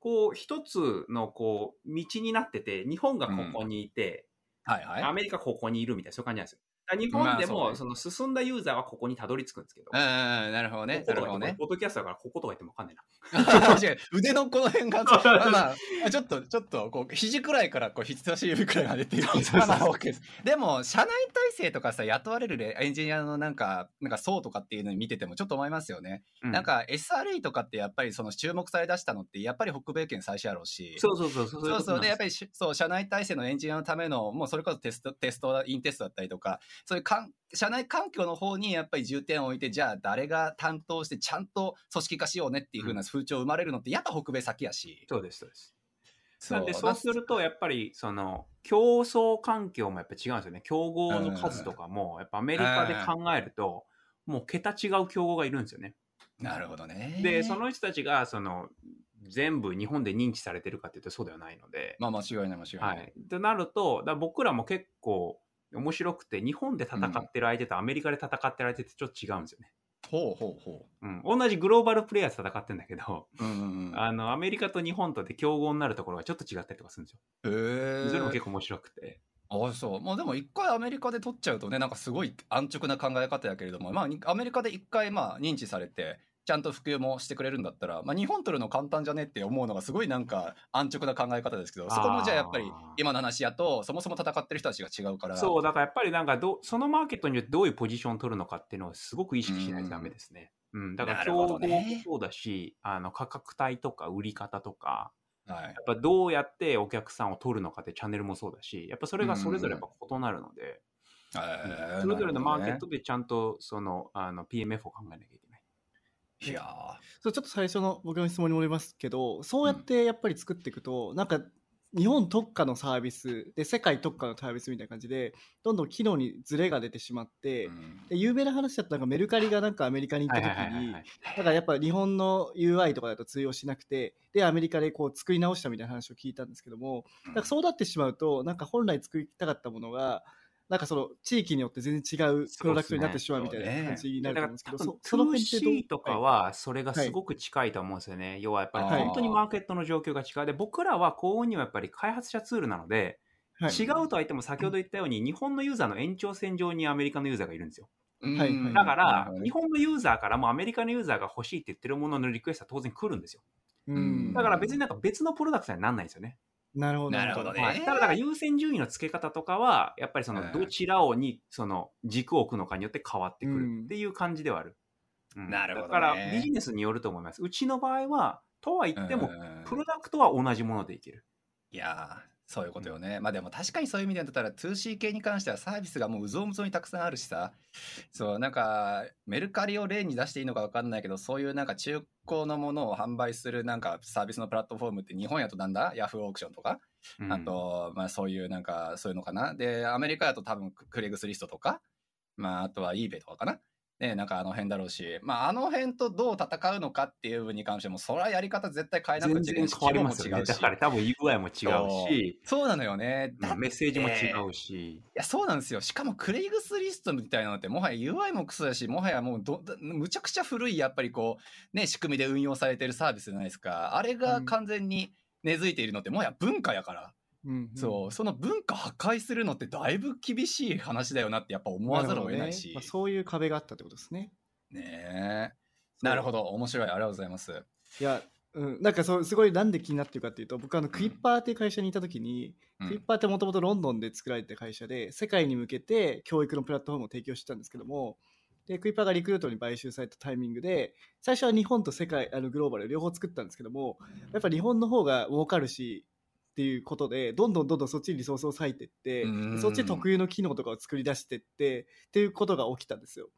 S3: こう、一つの、こう、道になってて、日本がここにいて、
S1: はいはい
S3: アメリカここにいるみたいな、そういう感じなんですよ。だから日本で
S1: まあ
S3: も、
S1: そ
S3: その進んだユーザーはここにたどり着くんですけど、
S1: うんうんうんなるほどねな
S3: ここと
S1: る
S3: か
S1: ほど
S3: 言っても
S1: ね [laughs]
S3: ポッドキャストだからこことか言ってもわかんないな。
S1: 確かに腕のこの辺が
S3: そうそう
S1: まあまあちょっとちょっとこう肘くらいからこう人差し指くらいまでっていう
S3: そうそうそう
S1: まあまあ OK ですでも社内体制とかさ雇われるレエンジニアのなんかなんか層とかっていうのに見ててもちょっと思いますよね、なん、か SRE とかってやっぱりその注目されだしたのってやっぱり北米圏最初やろうし
S3: そうそうそうそう。
S1: そ
S3: い
S1: う
S3: こと
S1: そう
S3: なん
S1: でやっぱ
S3: り、
S1: りしそう社内体制のエンジニアのためのもうそれこそテストテストだインテストだったりとかそういうかん社内環境の方にやっぱり重点を置いてじゃあ誰が担当してちゃんと組織化しようねっていう風な風潮生まれるのってやっぱ北米先やし、
S3: そうです、そうです。
S1: そ
S3: なんでそうすると、やっぱり、その、競争環境もやっぱ違うんですよね。競合の数とかも、やっぱアメリカで考えると、もう桁違う競合がいるんですよね。
S1: なるほどね。
S3: で、その人たちが、その、全部日本で認知されてるかっていうとそうではないので、
S1: まあ間違いない間違い
S3: は
S1: ない。
S3: い。となると、だから僕らも結構面白くて、日本で戦ってる相手とアメリカで戦ってる相手ってちょっと違うんですよね。
S1: ほうほうほ
S3: うん。同じグローバルプレイヤーと戦ってんだけど、
S1: う。うんうんうん。
S3: あの、アメリカと日本とで競合になるところがちょっと違ったりとかするんですよ。
S1: へえ。
S3: それも結構面白くて。
S1: あそう。まあでも一回アメリカで取っちゃうとね、なんかすごい安直な考え方やけれども、まあにアメリカで一回まあ認知されて、ちゃんと普及もしてくれるんだったら、まあ日本取るの簡単じゃねって思うのがすごいなんか安直な考え方ですけど、そこもじゃあやっぱり
S3: あー
S1: 今の話やと、そもそも戦ってる人たちが違うから。
S3: そう、だからやっぱりなんかどう、そのマーケットによってどういうポジションを取るのかっていうのをすごく意識しないとダメですね。うん、だから
S1: なる
S3: 競
S1: ほ
S3: 合
S1: ど
S3: も
S1: ね
S3: そうだし、あの価格帯とか売り方とか、
S1: はい。
S3: やっぱどうやってお客さんを取るのかってチャンネルもそうだし、やっぱそれがそれぞれやっぱ異なるので、
S1: えー
S3: それぞれのマーケ
S1: な
S3: ッ
S1: るほ
S3: トでちゃんとそのあの PMF を考えなきゃいけない。
S1: どねいやー
S2: そうちょっと最初の僕の質問に戻りますけどそうやってやっぱり作っていくと、なんか日本特化のサービスで世界特化のサービスみたいな感じでどんどん機能にズレが出てしまって、
S1: うん
S2: で有名な話だったのがメルカリがなんかアメリカに行った時
S3: はいはいはい
S2: に
S3: はい
S2: だからやっぱ日本の UI とかだと通用しなくてでアメリカでこう作り直したみたいな話を聞いたんですけどもだからそうなってしまうとなんか本来作りたかったものがなんかその地域によって全然違うプロダクトになってしまうみたいな感じになると思
S3: だから
S2: うんですけ
S3: 多
S2: ど、
S3: 分
S2: そその辺ってどう
S3: 2C とかはそれがすごく近いと思うんですよね。要はやっぱり
S1: はい
S3: 本当にマーケットの状況が違う。で、僕らは幸運にもやっぱり開発者ツールなので、
S2: はい
S3: 違うとは言っても先ほど言ったように日本のユーザーの延長線上にアメリカのユーザーがいるんですよ。
S1: うん
S2: はいはい
S3: だから、
S1: うん
S3: 日本のユーザーからもアメリカのユーザーが欲しいって言ってるもののリクエストは当然来るんですよ。
S2: う
S1: うん
S2: ん
S3: だから別になんか別のプロダクトにはなんないんですよね。
S2: なるほど
S1: なるほどね
S3: はいただ、だから優先順位の付け方とかは、やっぱりそのどちらをに、その軸を置くのかによって変わってくるっていう感じではある。うん
S1: なるほどね
S3: だからビジネスによると思います。うちの場合は、とは言って
S1: う
S3: も、
S1: ん
S3: プロダクトは同じものでいける。
S1: いやーそういうことよね。まあでも確かにそういう意味でだったら 2C 系に関してはサービスがもううぞうむぞうにたくさんあるしさ。そう、なんかメルカリを例に出していいのかわかんないけど、そういうなんか中古のものを販売するなんかサービスのプラットフォームって日本やとなんだヤフーオークションとか、
S3: うん
S1: あと、まあそういうなんかそういうのかな。で、アメリカやと多分クレグスリストとか、まああとは eBay とかかな。ね、なんかあの辺だろうし、まああの辺とどう戦うのかっていう部分に関しても、それはやり方絶対変えなく
S3: 全
S1: ちゃいけ
S3: 然
S1: ないし、
S3: 変わります
S1: 規
S3: よ
S1: 模も違
S3: ね。
S1: うし
S3: だから多分 UI も違うし、
S1: そうなのよね。だ
S3: うんメッセージも違うし。
S1: いや、そうなんですよ。しかも、クレイグスリストみたいなのって、もはや UI もクソだし、もはやもうど、どむちゃくちゃ古い、やっぱりこう、ね、仕組みで運用されてるサービスじゃないですか。あれが完全に根付いているのって、もはや文化やから。
S2: うん
S1: そう、その文化破壊するのって、だいぶ厳しい話だよなって、やっぱ思わざるを得ないし。
S2: るほどねまあ、そういう壁があったってことですね
S1: ねえ。なるほ
S2: ど
S1: ど。面白い。ありがとうございます。
S2: いや、うん、なんかそうすごいなんで気になってるかっていうと僕あのクイッパーっていう会社にいた時に、
S1: うん
S2: クイッパーってもともとロンドンで作られた会社で世界に向けて教育のプラットフォームを提供してたんですけどもでクイッパーがリクルートに買収されたタイミングで最初は日本と世界あのグローバル両方作ったんですけどもやっぱ日本の方が儲かるしっていうことでどんどんどんどんそっちにリソースを割いてって
S1: うん
S2: そっち特有の機能とかを作り出してってっていうことが起きたんですよ。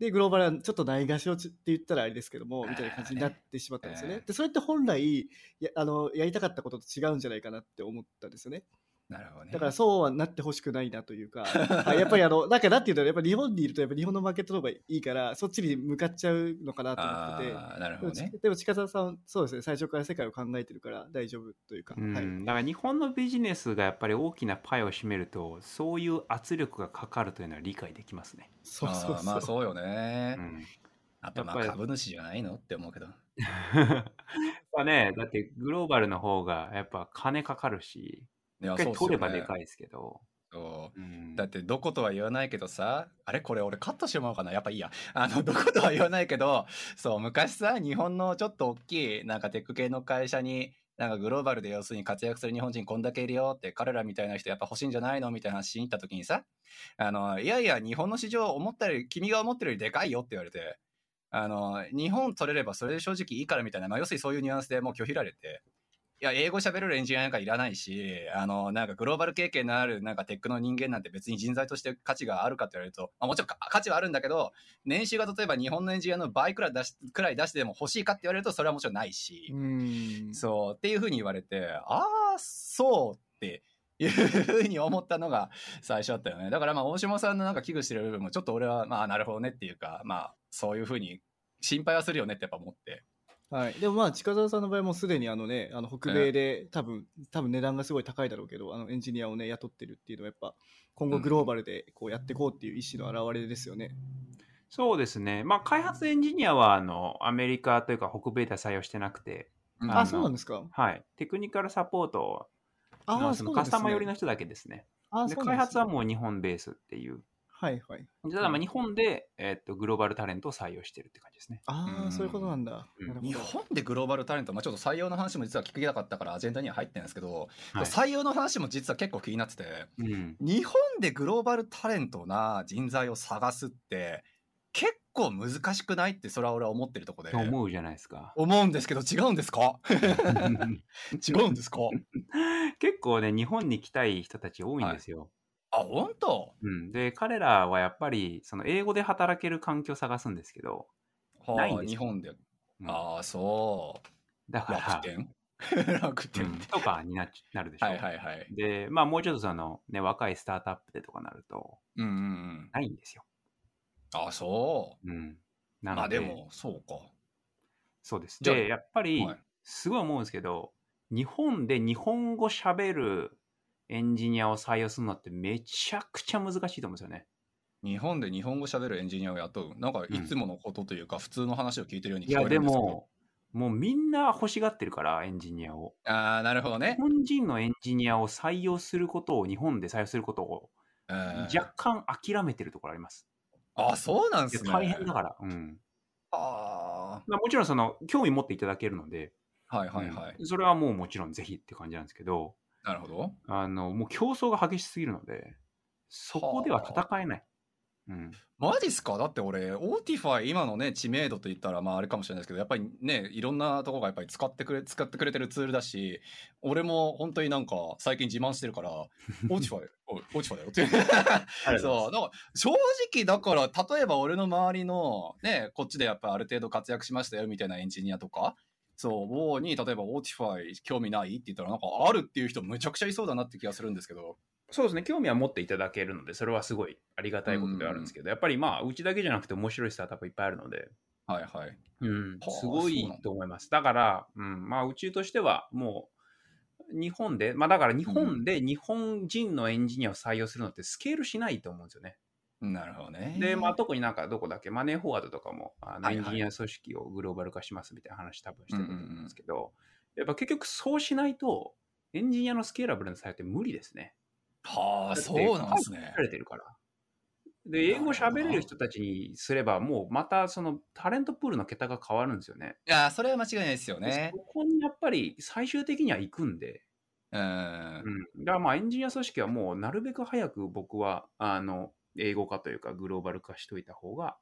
S2: でグローバルはちょっとないがしろちって言ったらあれですけどもみたいな感じになってしまったんですよ
S1: え
S2: ね
S1: ー。
S2: でそれって本来やあのやりたかったことと違うんじゃないかなって思ったんですよね。
S1: なるほどね。
S2: だからそうはなってほしくないなというか、あやっぱりあの、なんかなんていうの、やっぱ日本にいるとやっぱ日本のマーケットの方がいいから、そっちに向かっちゃうのかなと思ってて。
S1: あーなるほどね。
S2: でも近澤さん、そうですね、最初から世界を考えてるから大丈夫というか、
S3: うん
S2: はい、
S3: だから日本のビジネスがやっぱり大きなパイを占めるとそういう圧力がかかるというのは理解できますね。
S2: そうそうそう
S1: あーまあそうよ
S3: う
S1: ね。
S3: ん、
S1: あとまあ
S3: やっぱり
S1: 株主じゃないのって思うけど。
S3: まあねだってグローバルの方がやっぱ金かかるし
S1: いや
S3: 一回
S1: そうっすよ
S3: 取
S1: ね
S3: ればでかいですけど。
S1: そう
S3: うん
S1: だってどことは言わないけどさ、あれこれ俺カットしてもらおうかな。やっぱいいや。あの、ど [laughs] ことは言わないけど、そう、昔さ、日本のちょっと大きい、なんかテック系の会社に、なんかグローバルで要するに活躍する日本人こんだけいるよって、彼らみたいな人やっぱ欲しいんじゃないのみたいな話しに行った時にさ、あの、いやいや、日本の市場思ったより、君が思ってるよりでかいよって言われて、あの、日本取れればそれで正直いいからみたいな、まあ要するにそういうニュアンスでもう拒否られて、いや、英語喋れるエンジニアなんかいらないし、あの、なんかグローバル経験のあるなんかテックの人間なんて別に人材として価値があるかって言われると、まあ、もちろんか価値はあるんだけど、年収が例えば日本のエンジニアの倍くらい出し、くらい出してでも欲しいかって言われると、それはもちろんないし、
S2: うん
S1: そう、っていうふうに言われて、あそうっていうふうに思ったのが最初だったよね。だからまあ大島さんのなんか危惧してる部分もちょっと俺はまあなるほどねっていうか、まあそういうふうに心配はするよねってやっぱ思って。
S2: はい、でもまあ近澤さんの場合もすでにあのねあの北米で多分多分値段がすごい高いだろうけどあのエンジニアをね雇ってるっていうのはやっぱ今後グローバルでこうやっていこうっていう意思の表れですよね。
S3: そうですね。まあ、開発エンジニアは、あの、アメリカというか北米では採用してなくて、
S2: あそうなん
S1: で
S2: ですか。
S3: はい。テクニカルサポート
S2: あ
S3: の
S2: ー
S3: そ
S2: そ
S3: の
S2: うなんで
S3: カ
S2: すね
S3: スタマー寄りの人だけですね。
S2: あー
S3: で
S2: そうなん
S3: 開
S2: ですね
S3: 発はもう日本ベースっていう。
S2: はいはい。
S3: ただま
S1: う
S3: あ
S1: ん
S3: 日本で、えっとグローバルタレントを採用してるって感じですね。
S2: あ
S1: う
S2: あ
S1: ん
S2: そういうことなんだ。
S3: うん
S2: なるほ
S1: 日
S2: ど
S1: 本でグローバルタレント、まあ、ちょっと採用の話も実は聞きたかったからアジェンダには入ってるんですけど、
S3: はい
S1: 採用の話も実は結構気になってて、
S3: うん、
S1: 日本でグローバルタレントな人材を探すって結構難しくないってそれは俺は思ってるとこで。
S3: と思うじゃないですか
S1: 思うんですけど違うんですか違うんですか
S3: [laughs] 結構ね、日本に来たい人たち多いんですよ。
S1: あ本当
S3: うん、で、彼らはやっぱり、その英語で働ける環境を探すんですけど、ないん
S1: は
S3: で
S1: あ
S3: す
S1: 日本で、
S3: うん
S1: ああそ
S3: だ
S1: う
S3: か
S1: 楽
S3: ら、 [laughs]
S1: 天楽
S3: う
S1: 天、
S3: んとかになっちなるでしょ。
S1: はいはいはい
S3: で、まあもうちょっとその、ね、若いスタートアップでとかなると、
S1: うんうんうん
S3: ないんですよ。
S1: あそう
S3: うん。な
S1: ま
S3: の
S1: あ
S3: で、
S1: でもそうか
S3: そうです。
S1: じゃあ
S3: で、やっぱり
S1: はい、
S3: すごい思うんですけど、日本で日本語喋るエンジニアを採用するのってめちゃくちゃ難しいと思うんですよね。
S1: 日本で日本語喋るエンジニアを雇うなんかいつものことというか普通の話を聞いてるように
S3: い
S1: 聞こ
S3: や、
S1: える
S3: で
S1: んですけど、
S3: も、もうみんな欲しがってるから、エンジニアを。
S1: ああなるほどね
S3: 日、本人のエンジニアを採用することを、日本で採用することを
S1: うん、
S3: 若干諦めてるところあります。
S1: あそうなん
S3: い
S1: す
S3: や
S1: ね
S3: 大変だから。うん。
S1: あ
S3: まあもちろん、その、興味持っていただけるので、
S1: あはいはいはい、
S3: うんそれはもうもちろんぜひって感じなんですけど、
S1: なるほど
S3: あの、もう競争が激しすぎるので、そこでは戦えない。うん。
S1: マジっすかだって俺オーティファイ今のね知名度といったらまああれかもしれないですけどやっぱりねいろんなとこがやっぱり使ってくれ使ってくれてるツールだし俺も本当になんか最近自慢してる
S3: [laughs]
S1: からオーティファイおいオーティファイだよってそうだから正直だから例えば俺の周りのねこっちでやっぱある程度活躍しましたよみたいなエンジニアとかそう王に例えばオーティファイ興味ないって言ったらなんかあるっていう人むちゃくちゃいそうだなって気がするんですけど
S3: そうですね、興味は持っていただけるので、それはすごいありがたいことではあるんですけど、やっぱりまあ、うちだけじゃなくて面白いスタートアップいっぱいあるので、
S1: はいはい
S3: う
S1: は
S3: ん
S1: あ
S3: すごいと思います。だから、うん、まあ、うちとしてはもう、日本で、まあだから日本で日本人のエンジニアを採用するのってスケールしないと思うんですよね。
S1: なるほどね
S3: で、まあ特になんかどこだっけ、マネーフォワードとかも、あの
S1: はい
S3: エ
S1: は
S3: ン
S1: い
S3: ジニア組織をグローバル化しますみたいな話多分してると思うんですけど、やっぱ結局そうしないと、エンジニアのスケーラブルの採用って無理ですね。
S1: はあ、そうなんですね
S3: 書。れてるから。で、英語喋れる人たちにすれば、もうまたそのタレントプールの桁が変わるんですよね。
S1: いや、それは間違いないですよ
S3: で
S1: ね
S3: そ。こにやっぱり最終的には行くんで、
S1: うん。
S3: うん、だからまあエンジニア組織はもうなるべく早く僕は、あの、英語化というかグローバル化しといた方が、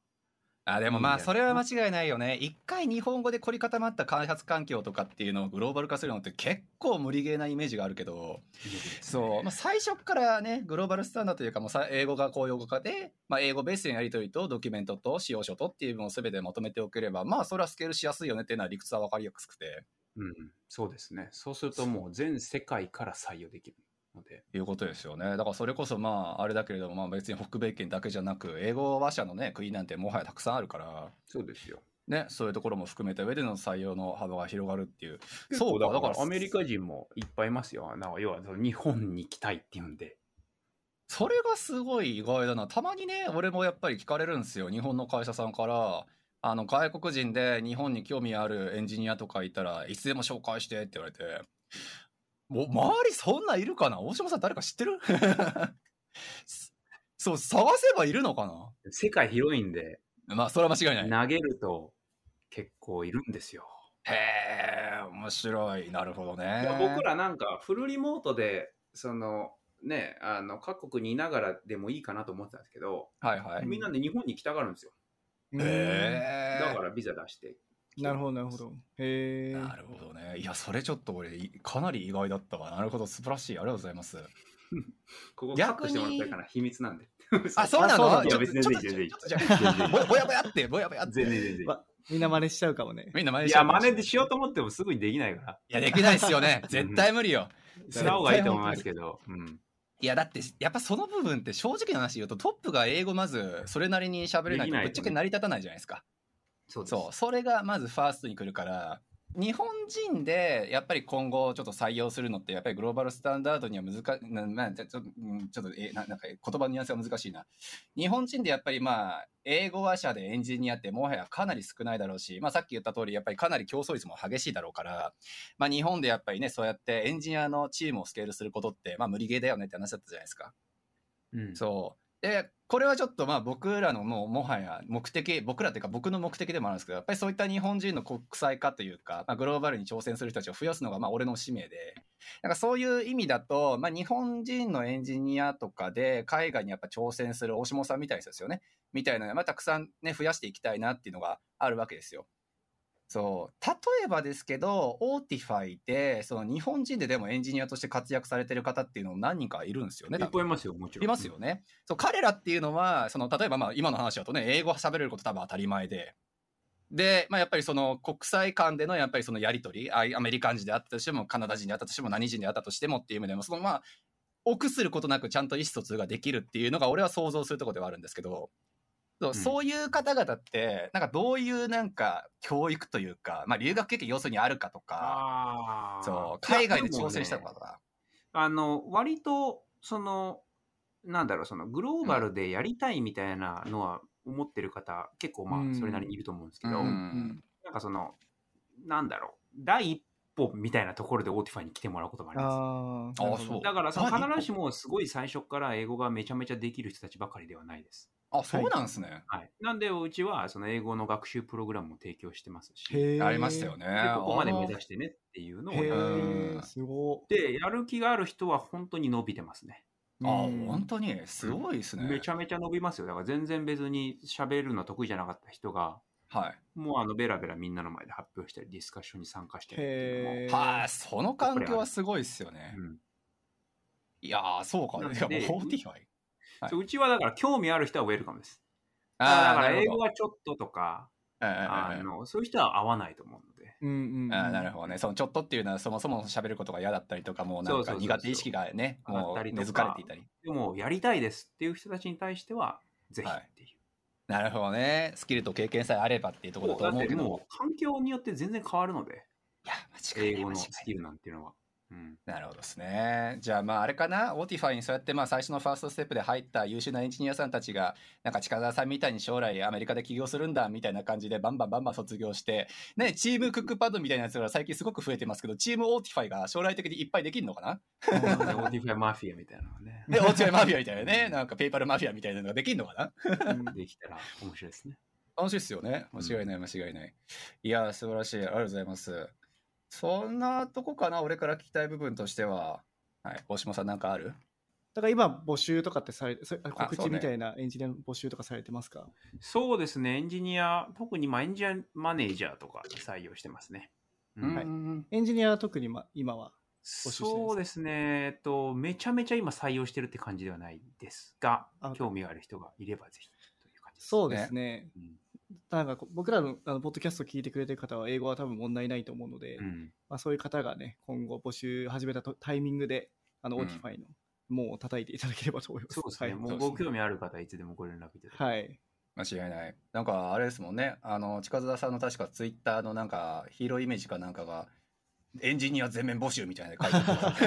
S1: あ、でもまあ、それは間違いないよね。一回日本語で凝り固まった開発環境とかっていうのをグローバル化するのって結構無理ゲーなイメージがあるけど、そう、まあ、最初からね、グローバルスタンダードというか、もうさ英語が公用語化で、まあ、英語ベースのやり取りとドキュメントと使用書とっていうのを全てまとめておければ、まあ、それはスケールしやすいよねっていうのは理屈は分かりやすくて、
S3: うん、そうですね。そうするともう全世界から採用できるので。
S1: いうことですよね。だからそれこそまあ、あれだけれども、まあ別に北米圏だけじゃなく、英語話者のね、国なんてもはやたくさんあるから、
S3: そうですよ。
S1: ね、そういうところも含めた上での採用の幅が広がるっていう。
S3: そ
S1: そうう
S3: だ
S1: か
S3: から
S1: だから
S3: アメリカ人もいっぱいいますよ。なんか要はその日本に行きたいっていうんで。
S1: それがすごい意外だな。たまにね、俺もやっぱり聞かれるんですよ。日本の会社さんから、あの、外国人で日本に興味あるエンジニアとかいたらいつでも紹介してって言われて。もう周りそんないるかな大島さん誰か知ってる [laughs] そう、探せばいるのか
S3: 世界広いんで、
S1: なまあ、それは間違いない。
S3: 投げると結構いるんですよ。
S1: へえ、面白い。なるほどね
S3: いや。僕らなんかフルリモートで、そのね、あの各国にいながらでもいいかなと思ってたんですけど、
S1: はいはい。
S3: みんなで日本に来たがるんですよ。
S2: え
S1: へえ。
S3: だからビザ出して。
S2: なるほどなるほど。へえ。
S1: なるほどね。いや、それちょっと俺、いかなり意外だったわ。なるほど、素晴らしい。ありがとうございます。
S3: ここカットしてもらったから秘密なんで。
S1: [laughs] あ、そうな
S2: そう
S1: の
S2: なの
S3: い
S1: ち
S3: や
S1: ょっ
S3: 別
S1: と
S3: に
S1: ちょっ
S3: 全
S1: と
S3: 然全然
S1: ちょっと
S3: 全然
S1: [laughs] ぼぼやぼやって、ぼやぼやって。
S3: 全然全
S1: [laughs]
S3: 然。
S2: みんな真似しちゃうかもね。
S1: みんな真
S3: い
S1: 似しちゃ
S3: や、
S1: うかも
S3: 真
S1: れな
S3: 似でしようと思ってもすぐにできないから。
S1: いや、できないですよね。絶対無理よ。
S3: 素直がいいと思いますけど。うん。
S1: いやだってやっぱその部分って正直な話言うとトップが英語まずそれなりに喋れない
S3: でき
S1: と
S3: ないとね
S1: ぶっちゃけ成り立たないじゃないですか。
S3: そうです。
S1: そうそれがまずファーストに来るから日本人でやっぱり今後ちょっと採用するのってやっぱりグローバルスタンダードには難しいななちょちょうんちょっとえななんか言葉のニュアンスが難しいな日本人でやっぱりまあ英語話者でエンジニアってもはやかなり少ないだろうし、まあ、さっき言った通りやっぱりかなり競争率も激しいだろうから、まあ、日本でやっぱりねそうやってエンジニアのチームをスケールすることってまあ無理ゲーだよねって話だったじゃないですか。
S3: うん。
S1: そう。で、これはちょっとまあ僕らのもうもはや目的、僕らっていうか僕の目的でもあるんですけど、やっぱりそういった日本人の国際化というか、まあ、グローバルに挑戦する人たちを増やすのがまあ俺の使命で、なんかそういう意味だと、まあ日本人のエンジニアとかで海外にやっぱ挑戦する大下さんみたいな人ですよね。みたいなのがまあたくさんね、増やしていきたいなっていうのがあるわけですよ。そう。例えばですけど、オーティファイで、その日本人ででもエンジニアとして活躍されてる方っていうのも何人かいるんですよね、多
S3: 聞
S1: 分
S3: こえますよ、もちろん。
S1: いますよね。そう彼らっていうのはその例えばまあ今の話だとね英語喋れること多分当たり前で。で、まあ、やっぱりその国際間でのやっぱりそのやり取りあアメリカ人であったとしてもカナダ人であったとしても何人であったとしてもっていう意味でもそのまあ臆することなくちゃんと意思疎通ができるっていうのが俺は想像するところではあるんですけどそう,、
S3: ん
S1: そういう方々ってなんかどういうなんか教育というか、まあ、留学経験要素にあるかとか
S3: ああ。
S1: そう海外で挑戦した
S3: い
S1: と
S3: やでもね
S1: かとか。
S3: あの、割と、その、なんだろう、その、グローバルでやりたいみたいなのは思ってる方、結構
S2: う
S3: ま
S2: ん
S3: あ、それなりにいると思うんですけ
S1: う
S3: ど、なん
S1: ん
S3: かその、なんだろう、第一歩みたいなところでオーティファイに来てもらうことがあります。
S2: あ
S1: あ
S2: あ、
S1: そう
S3: だから、その
S1: 第一歩
S3: 必ずしもすごい最初から英語がめちゃめちゃできる人たちばかりではないです。
S1: あそうなんですね、
S3: はい。なんで、うちは、その英語の学習プログラムも提供してますし、で
S2: へー
S1: ありましたよ。ね。
S3: ここまで目
S1: あの
S3: 指してねっていうのを
S2: へ
S3: やっ
S1: うん
S2: え、すご
S3: て、やる気がある人は本当に伸びてますね。
S2: い。
S1: あ
S2: うん
S1: 本当にすごいですね。
S3: めちゃめちゃ伸びますよ。だから全然別に喋るの得意じゃなかった人が、
S1: は
S3: もうあのベラベラみんなの前で発表したり、ディスカッションに参加したりっていうのも
S1: い。
S2: へー
S1: はい、その環境はすごいですよね。
S3: うん
S1: いやー、そうか。
S3: なん
S1: い
S3: で
S1: や、もうフォーティファイ。はい
S3: そううちはだから興味ある人はウェルカムです。だ
S1: ああ、
S3: か
S1: な
S3: ら
S1: る
S3: 英
S1: ほど。
S3: 語はちょっととか、
S1: えええ
S3: あ
S1: えええ
S3: のそういう人は合わないと思うので。
S2: うんうんうん。
S1: あーなるほどね。そのちょっとっていうのは、そもそも喋ることが嫌だったりとか、もうなん
S3: そう
S1: か
S3: そうそうそう
S1: 苦手意識がね、
S3: あ
S1: も
S3: っ
S1: う
S3: たりとか
S1: 根付かれていたり。
S3: でもやりたいですっていう人たちに対しては、ぜひっていう。
S1: なるほどね。スキルと経験さえあればっていうところだと
S3: だ
S1: 思
S3: っ
S1: うけ
S3: て
S1: ど。
S3: もう環境によって全然変わるので、
S1: いや、間違い
S3: 英
S1: ない。
S3: 語
S1: 間違い
S3: の
S1: ない
S3: スキルなんていうのは。うん [laughs]
S1: なるほどですね。じゃあまああれかな、オーティファイにそうやってまあ最初のファーストステップで入った優秀なエンジニアさんたちが、なんか近澤さんみたいに将来アメリカで起業するんだみたいな感じでバンバンバンバン卒業して、ね、チームクックパッドみたいなやつが最近すごく増えてますけど、チームオーティファイが将来的にいっぱいできるのかな
S3: そうだねオーティファイマフィアみたいなのがね。
S1: [laughs] で、オーティファイマフィアみたいなね、なんかペイパルマフィアみたいなのができるのかな
S2: うん
S3: できたら面白いですね。
S1: 楽しいですよね。
S3: うん
S1: 間違いない、間違いない。いやー、素晴らしい。ありがとうございます。そんなとこかな、俺から聞きたい部分としては。はい、大島さんなんかある
S2: だから今、募集とかってされそれあ
S1: あ
S2: 告
S1: そう
S2: 知
S1: ね
S2: みたいなエンジニアの募集とかされてますか
S3: そうですね、エンジニア、特にまあエンジニアマネージャーとか採用してますね。うん
S2: はい
S1: うん
S2: エンジニアは特にま今は。集してるんですか
S3: そうですね、えっと、めちゃめちゃ今採用してるって感じではないですが
S2: あ、
S3: 興味がある人がいればぜひという感じです。
S2: そうですね。
S3: うん
S2: なんかこう僕らのあのポッドキャストを聞いてくれてる方は英語は多分問題ないと思うので、
S3: うん
S2: まあ、そういう方がね、今後募集始めたとタイミングで、あの、
S1: うん
S2: オーティファイの門を叩いていただければと思います。
S3: そうですね、
S2: はい
S3: もう
S1: そう
S3: ご
S1: ですね
S3: 興味ある方、いつでもご連絡いただいて。
S2: はい。
S1: 間違いない。なんかあれですもんね。あの、近澤さんの確かツイッターのなんかヒーローイメージかなんかが、エンジニア全面募集みたいなの書いてあ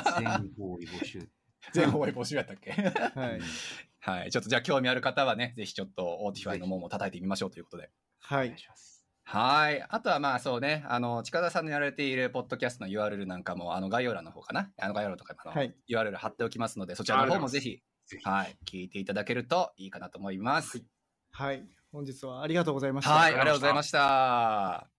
S1: った
S3: 全方位募集。
S1: 全方位募集やったっけ
S2: はい。
S1: [laughs] はい。ちょっとじゃあ興味ある方はね、ぜひちょっとオーティファイの門を叩いてみましょうということで。
S2: は
S3: お願
S2: い
S3: い。します。
S1: はい。あとはまあそうね、あの、近田さんのやられているポッドキャストの URL なんかも、あの概要欄の方かなあの概要欄とかの
S2: はい
S1: URL 貼っておきますので、そちらの方もぜひ、
S3: ぜひ
S1: はい、聞いていただけるといいかなと思います。
S2: はい。本日はありがとうございました。
S1: はい、ありがとうございました。